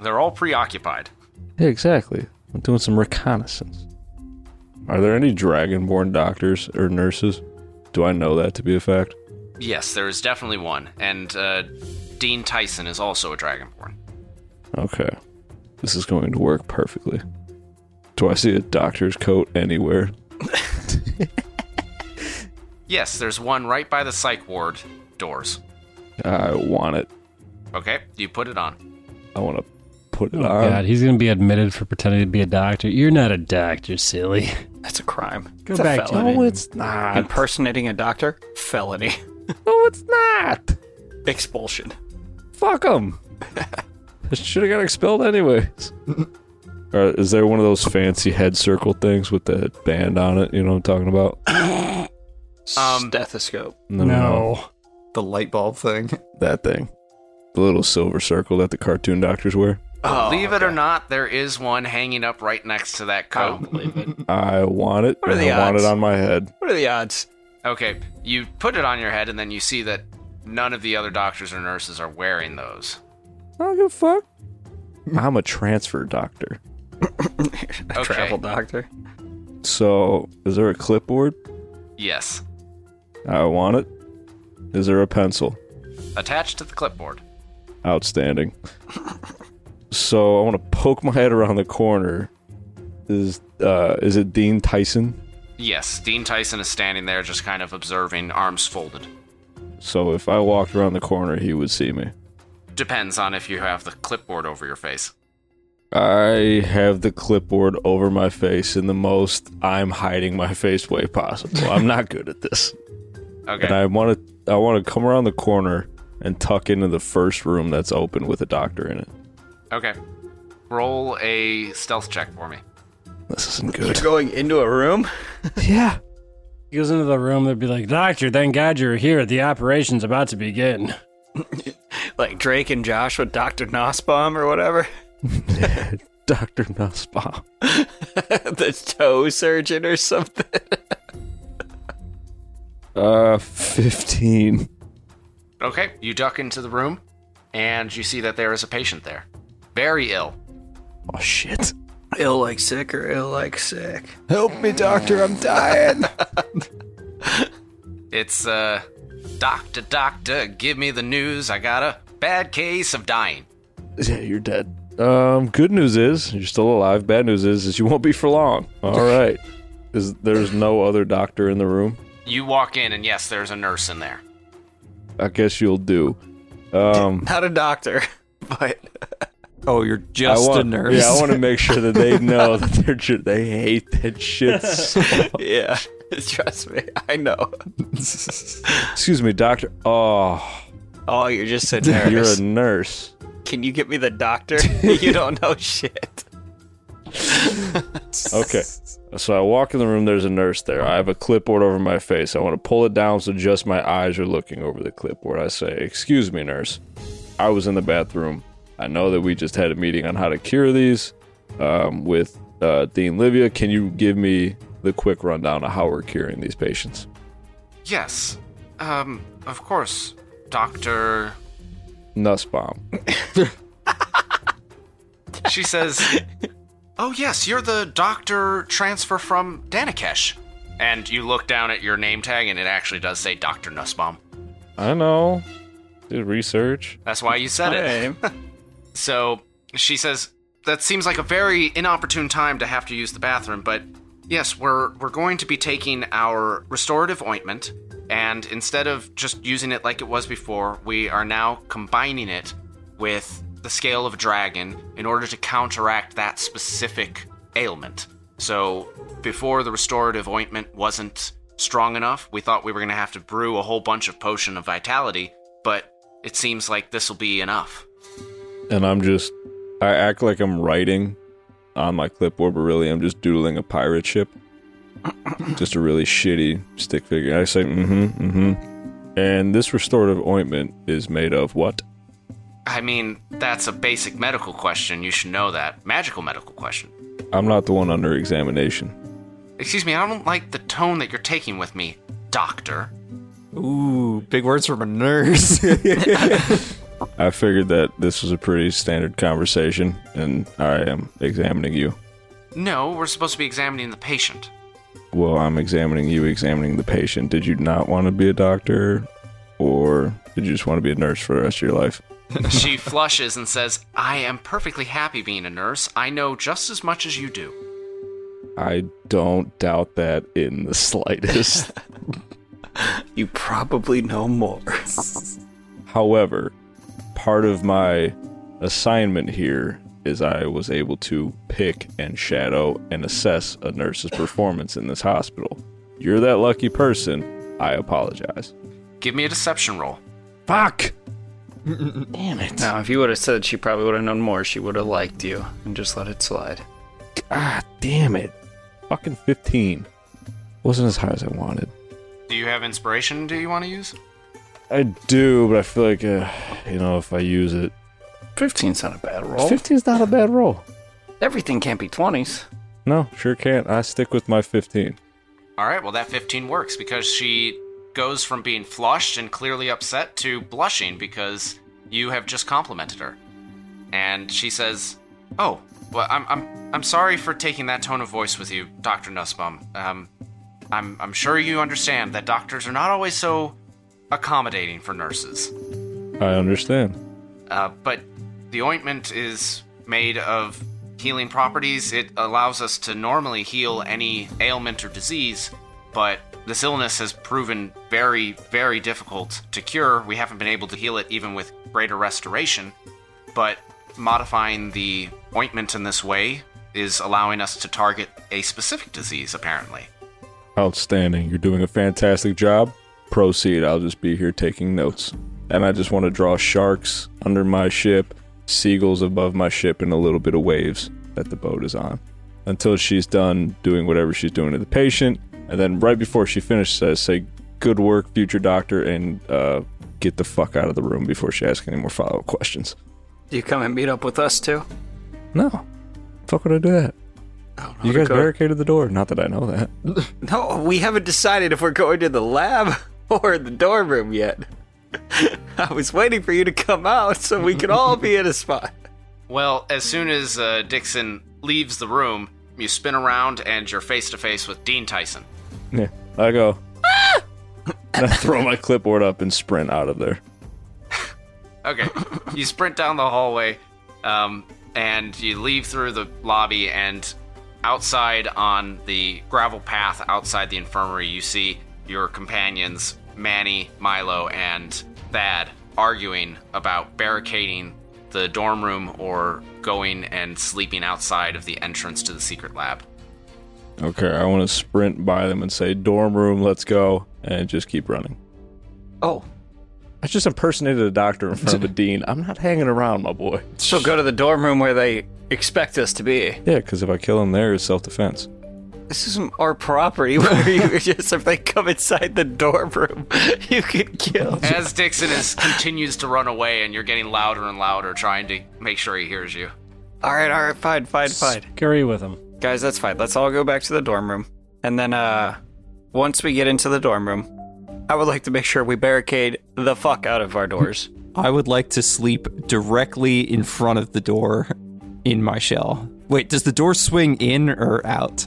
They're all preoccupied.
Yeah, exactly. I'm doing some reconnaissance. Are there any dragonborn doctors or nurses? Do I know that to be a fact?
Yes, there is definitely one. And uh, Dean Tyson is also a Dragonborn.
Okay. This is going to work perfectly. Do I see a doctor's coat anywhere?
Yes, there's one right by the psych ward doors.
I want it.
Okay, you put it on.
I want to put it
Oh
on.
God, he's gonna be admitted for pretending to be a doctor. You're not a doctor, silly.
That's a crime.
Go
It's a
back to
felony.
No, it's not.
Impersonating a doctor, felony.
No, it's not.
Expulsion.
Fuck them. I should have got expelled anyways. Or is there one of those fancy head circle things with the band on it? You know what I'm talking about?
Um,
Stethoscope.
The light bulb thing.
That thing. The little silver circle that the cartoon doctors wear.
Believe it or not, there is one hanging up right next to that coat.
I want it.
What are
and
the
I want
odds?
it on my head.
What are the odds?
Okay, you put it on your head, and then you see that none of the other doctors or nurses are wearing those.
I don't give a fuck. I'm a transfer doctor.
Okay.
Travel doctor.
So, is there a clipboard?
Yes,
I want it. Is there a pencil?
attached to the clipboard.
Outstanding. So I want to poke my head around the corner. Is uh, is it Dean Tyson?
Yes, Dean Tyson is standing there just kind of observing, arms folded.
So if I walked around the corner, he would see me.
Depends on if you have the clipboard over your face.
I have the clipboard over my face in the most I'm hiding my face way possible. I'm not good at this.
Okay.
And I want to I want to come around the corner and tuck into the first room that's open with a doctor in it.
Okay. Roll a stealth check for me.
This isn't good.
Going into a room?
Yeah.
He goes into the room. They'd be like, "Doctor, thank God you're here. The operation's about to begin."
Like Drake and Josh with Dr. Nosbaum or whatever.
Dr. Nussbaum.
the toe surgeon or something.
Uh 15.
Okay, you duck into the room, and you see that there is a patient there. Very ill.
Oh shit.
Ill like sick or ill like sick.
Help me, doctor, I'm dying.
It's, uh, Doctor, Doctor, give me the news. I got a bad case of dying.
Yeah, you're dead. Um, good news is you're still alive. Bad news is is you won't be for long. All right. Is there's no other doctor in the room?
You walk in, and yes, there's a nurse in there.
I guess you'll do. Um,
Not a doctor, but
oh, you're
I
just
want,
a nurse.
Yeah, I want to make sure that they know that they're ju- they hate that shit. so-
yeah. Trust me, I know.
Excuse me, doctor. Oh,
Oh, you're just a nurse.
you're a nurse.
Can you get me the doctor? you don't know shit.
Okay. So I walk in the room. There's a nurse there. I have a clipboard over my face. I want to pull it down so just my eyes are looking over the clipboard. I say, "Excuse me, nurse. I was in the bathroom. I know that we just had a meeting on how to cure these um, with uh, Dean Livia. Can you give me the quick rundown of how we're curing these patients?"
Yes, um, of course, Doctor.
Nussbaum.
She says, Oh, yes, you're the doctor transfer from Danakesh. And you look down at your name tag, and it actually does say Dr. Nussbaum.
I know. Did research.
That's why you said it. So she says, "That seems like a very inopportune time to have to use the bathroom, but yes, we're we're going to be taking our restorative ointment and instead of just using it like it was before, we are now combining it with the scale of dragon in order to counteract that specific ailment. So before the restorative ointment wasn't strong enough, we thought we were going to have to brew a whole bunch of potion of vitality, but it seems like this will be enough."
and I'm just I act like I'm writing on my clipboard, but really I'm just doodling a pirate ship. just a really shitty stick figure. I say, mm-hmm, mm-hmm. And this restorative ointment is made of what?
I mean, that's a basic medical question. You should know that. Magical medical question.
I'm not the one under examination.
Excuse me, I don't like the tone that you're taking with me, doctor.
Ooh, big words from a nurse.
I figured that this was a pretty standard conversation, and I am examining you.
No, we're supposed to be examining the patient.
Well, I'm examining you, examining the patient. Did you not want to be a doctor, or did you just want to be a nurse for the rest of your life?
she flushes and says, I am perfectly happy being a nurse. I know just as much as you do.
I don't doubt that in the slightest.
You probably know more.
However, part of my assignment here is I was able to pick and shadow and assess a nurse's performance in this hospital. You're that lucky person. I apologize.
Give me a deception roll.
Fuck!
Now, if you would have said she probably would have known more, she would have liked you and just let it slide.
Ah, damn it. Fucking 15. Wasn't as high as I wanted.
Do you have inspiration do you want to use?
I do, but I feel like, uh, you know, if I use it.
15's not a bad roll.
15's not a bad roll.
Everything can't be 20s.
No, sure can't. I stick with my 15.
All right, well, that 15 works because she goes from being flushed and clearly upset to blushing because you have just complimented her. And she says, Oh, well, I'm, I'm, I'm sorry for taking that tone of voice with you, Dr. Nussbaum. Um, I'm, I'm sure you understand that doctors are not always so accommodating for nurses.
I understand.
Uh, but the ointment is made of healing properties. It allows us to normally heal any ailment or disease, but this illness has proven very, very difficult to cure. We haven't been able to heal it even with greater restoration, but modifying the ointment in this way is allowing us to target a specific disease, apparently.
Outstanding. You're doing a fantastic job. Proceed. I'll just be here taking notes. And I just want to draw sharks under my ship, seagulls above my ship, and a little bit of waves that the boat is on. Until she's done doing whatever she's doing to the patient. And then right before she finishes, I say, Good work, future doctor, and uh, get the fuck out of the room before she asks any more follow up questions.
Do you come and meet up with us too?
No. Fuck would I do that? You guys barricaded the door. Not that I know that.
No, we haven't decided if we're going to the lab or the dorm room yet. I was waiting for you to come out so we could all be in a spot.
Well, as soon as uh, Dixon leaves the room, you spin around and you're face to face with Dean Tyson.
Yeah. I go. "Ah!" and I throw my clipboard up and sprint out of there.
Okay. you sprint down the hallway, um, and you leave through the lobby, and outside on the gravel path outside the infirmary, you see your companions, Manny, Milo, and Thad, arguing about barricading the dorm room or going and sleeping outside of the entrance to the secret lab.
Okay, I want to sprint by them and say, dorm room, let's go, and just keep running.
Oh,
I just impersonated a doctor in front of a dean. I'm not hanging around, my boy.
so go to the dorm room where they expect us to be.
Yeah, because if I kill him there, it's self defense.
This isn't our property where you just, if they come inside the dorm room, you could kill.
As Dixon is continues to run away, and you're getting louder and louder, trying to make sure he hears you.
All right, all right, fine, fine, fine.
Scurry with him.
Guys, that's fine. Let's all go back to the dorm room. And then, uh, once we get into the dorm room, I would like to make sure we barricade the fuck out of our doors.
I would like to sleep directly in front of the door in my shell. Wait, does the door swing in or out?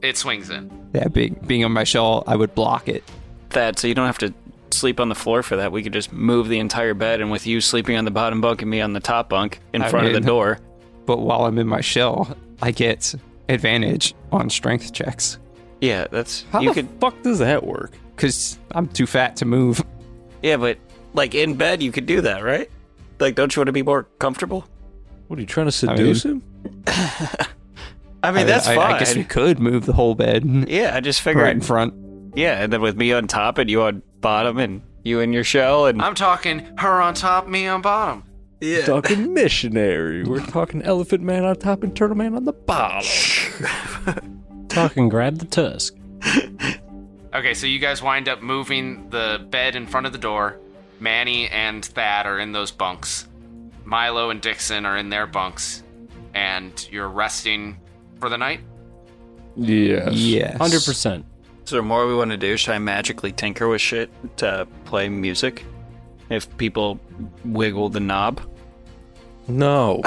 It swings in.
Yeah, being, being on my shell, I would block it.
Thad, so you don't have to sleep on the floor for that. We could just move the entire bed, and with you sleeping on the bottom bunk and me on the top bunk in front of
mean-
the door.
But while I'm in my shell, I get advantage on strength checks
Yeah, that's
How
you
the
could.
fuck does that work?
because I'm too fat to move.
Yeah, but like in bed, you could do that, right? Like, don't you want to be more comfortable?
What are you trying to seduce him?
I mean, that's
I,
fine.
I guess we could move the whole bed
yeah, I just figured.
right in front.
Yeah, and then with me on top and you on bottom and you in your shell and
I'm talking her on top, me on bottom.
We're talking missionary. We're talking elephant man on top and turtle man on the bottom.
Talking, grab the tusk.
Okay, so you guys wind up moving the bed in front of the door. Manny and Thad are in those bunks. Milo and Dixon are in their bunks. And you're resting for the night?
Yes.
Yes.
100%.
Is there more we want to do? Should I magically tinker with shit to play music? If people wiggle the knob?
No.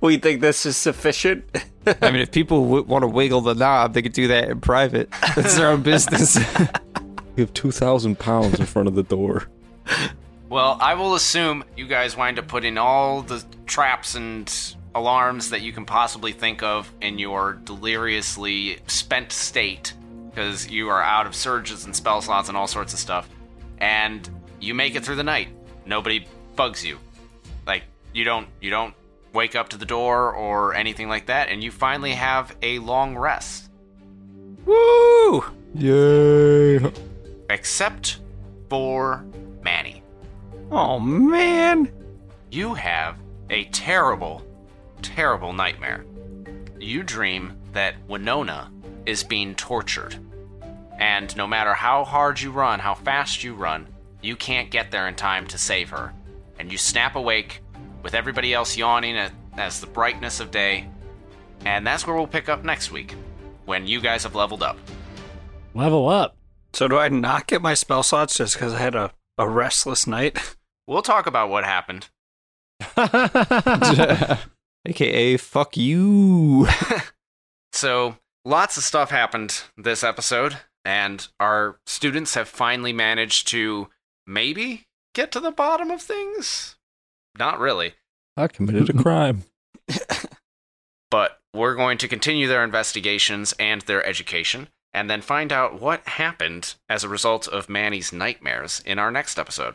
We think this is sufficient?
I mean, if people w- want to wiggle the knob, they could do that in private. That's their own business.
We have 2,000 pounds in front of the door.
Well, I will assume you guys wind up putting all the traps and alarms that you can possibly think of in your deliriously spent state because you are out of surges and spell slots and all sorts of stuff. And you make it through the night. Nobody bugs you. Like you don't you don't wake up to the door or anything like that and you finally have a long rest.
Woo!
Yay.
Except for Manny.
Oh man!
You have a terrible, terrible nightmare. You dream that Winona is being tortured. And no matter how hard you run, how fast you run, you can't get there in time to save her. And you snap awake with everybody else yawning at, as the brightness of day. And that's where we'll pick up next week when you guys have leveled up.
Level up.
So do I not get my spell slots just because I had a, a restless night?
We'll talk about what happened.
AKA, fuck you.
So, lots of stuff happened this episode, and our students have finally managed to maybe get to the bottom of things? Not really.
I committed a crime.
but we're going to continue their investigations and their education and then find out what happened as a result of Manny's nightmares in our next episode.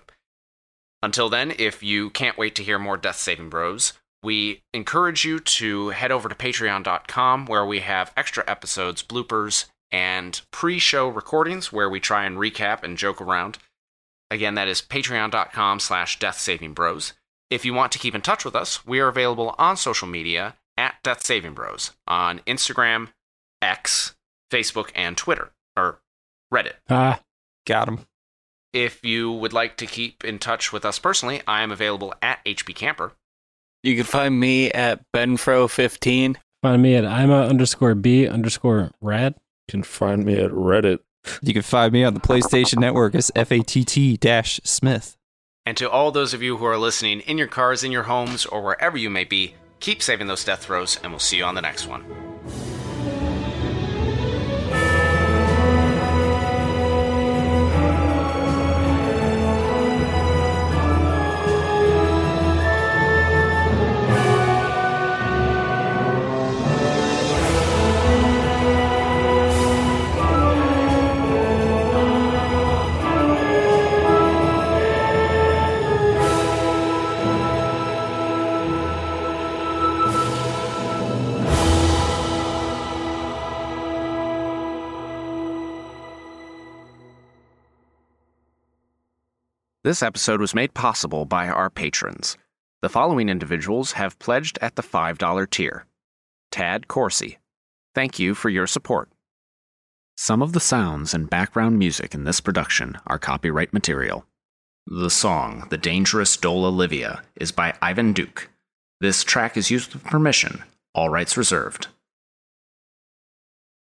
Until then, if you can't wait to hear more Death Saving Bros, we encourage you to head over to patreon.com where we have extra episodes, bloopers, and pre show recordings where we try and recap and joke around. Again, that is patreon.com slash death saving bros. If you want to keep in touch with us, we are available on social media at Death Saving Bros on Instagram, X, Facebook, and Twitter, or Reddit.
Ah,
Got him.
If you would like to keep in touch with us personally, I am available at HB Camper.
You can find me at Benfro15.
find me at ima underscore b underscore rad.
You can find me at Reddit.
You can find me on the PlayStation Network as FATT dash Smith.
And to all those of you who are listening in your cars, in your homes, or wherever you may be, keep saving those death throws, and we'll see you on the next one. This episode was made possible by our patrons. The following individuals have pledged at the $5 tier Tad Corsi. Thank you for your support. Some of the sounds and background music in this production are copyright material. The song, The Dangerous Dole Olivia, is by Ivan Duke. This track is used with permission, all rights reserved.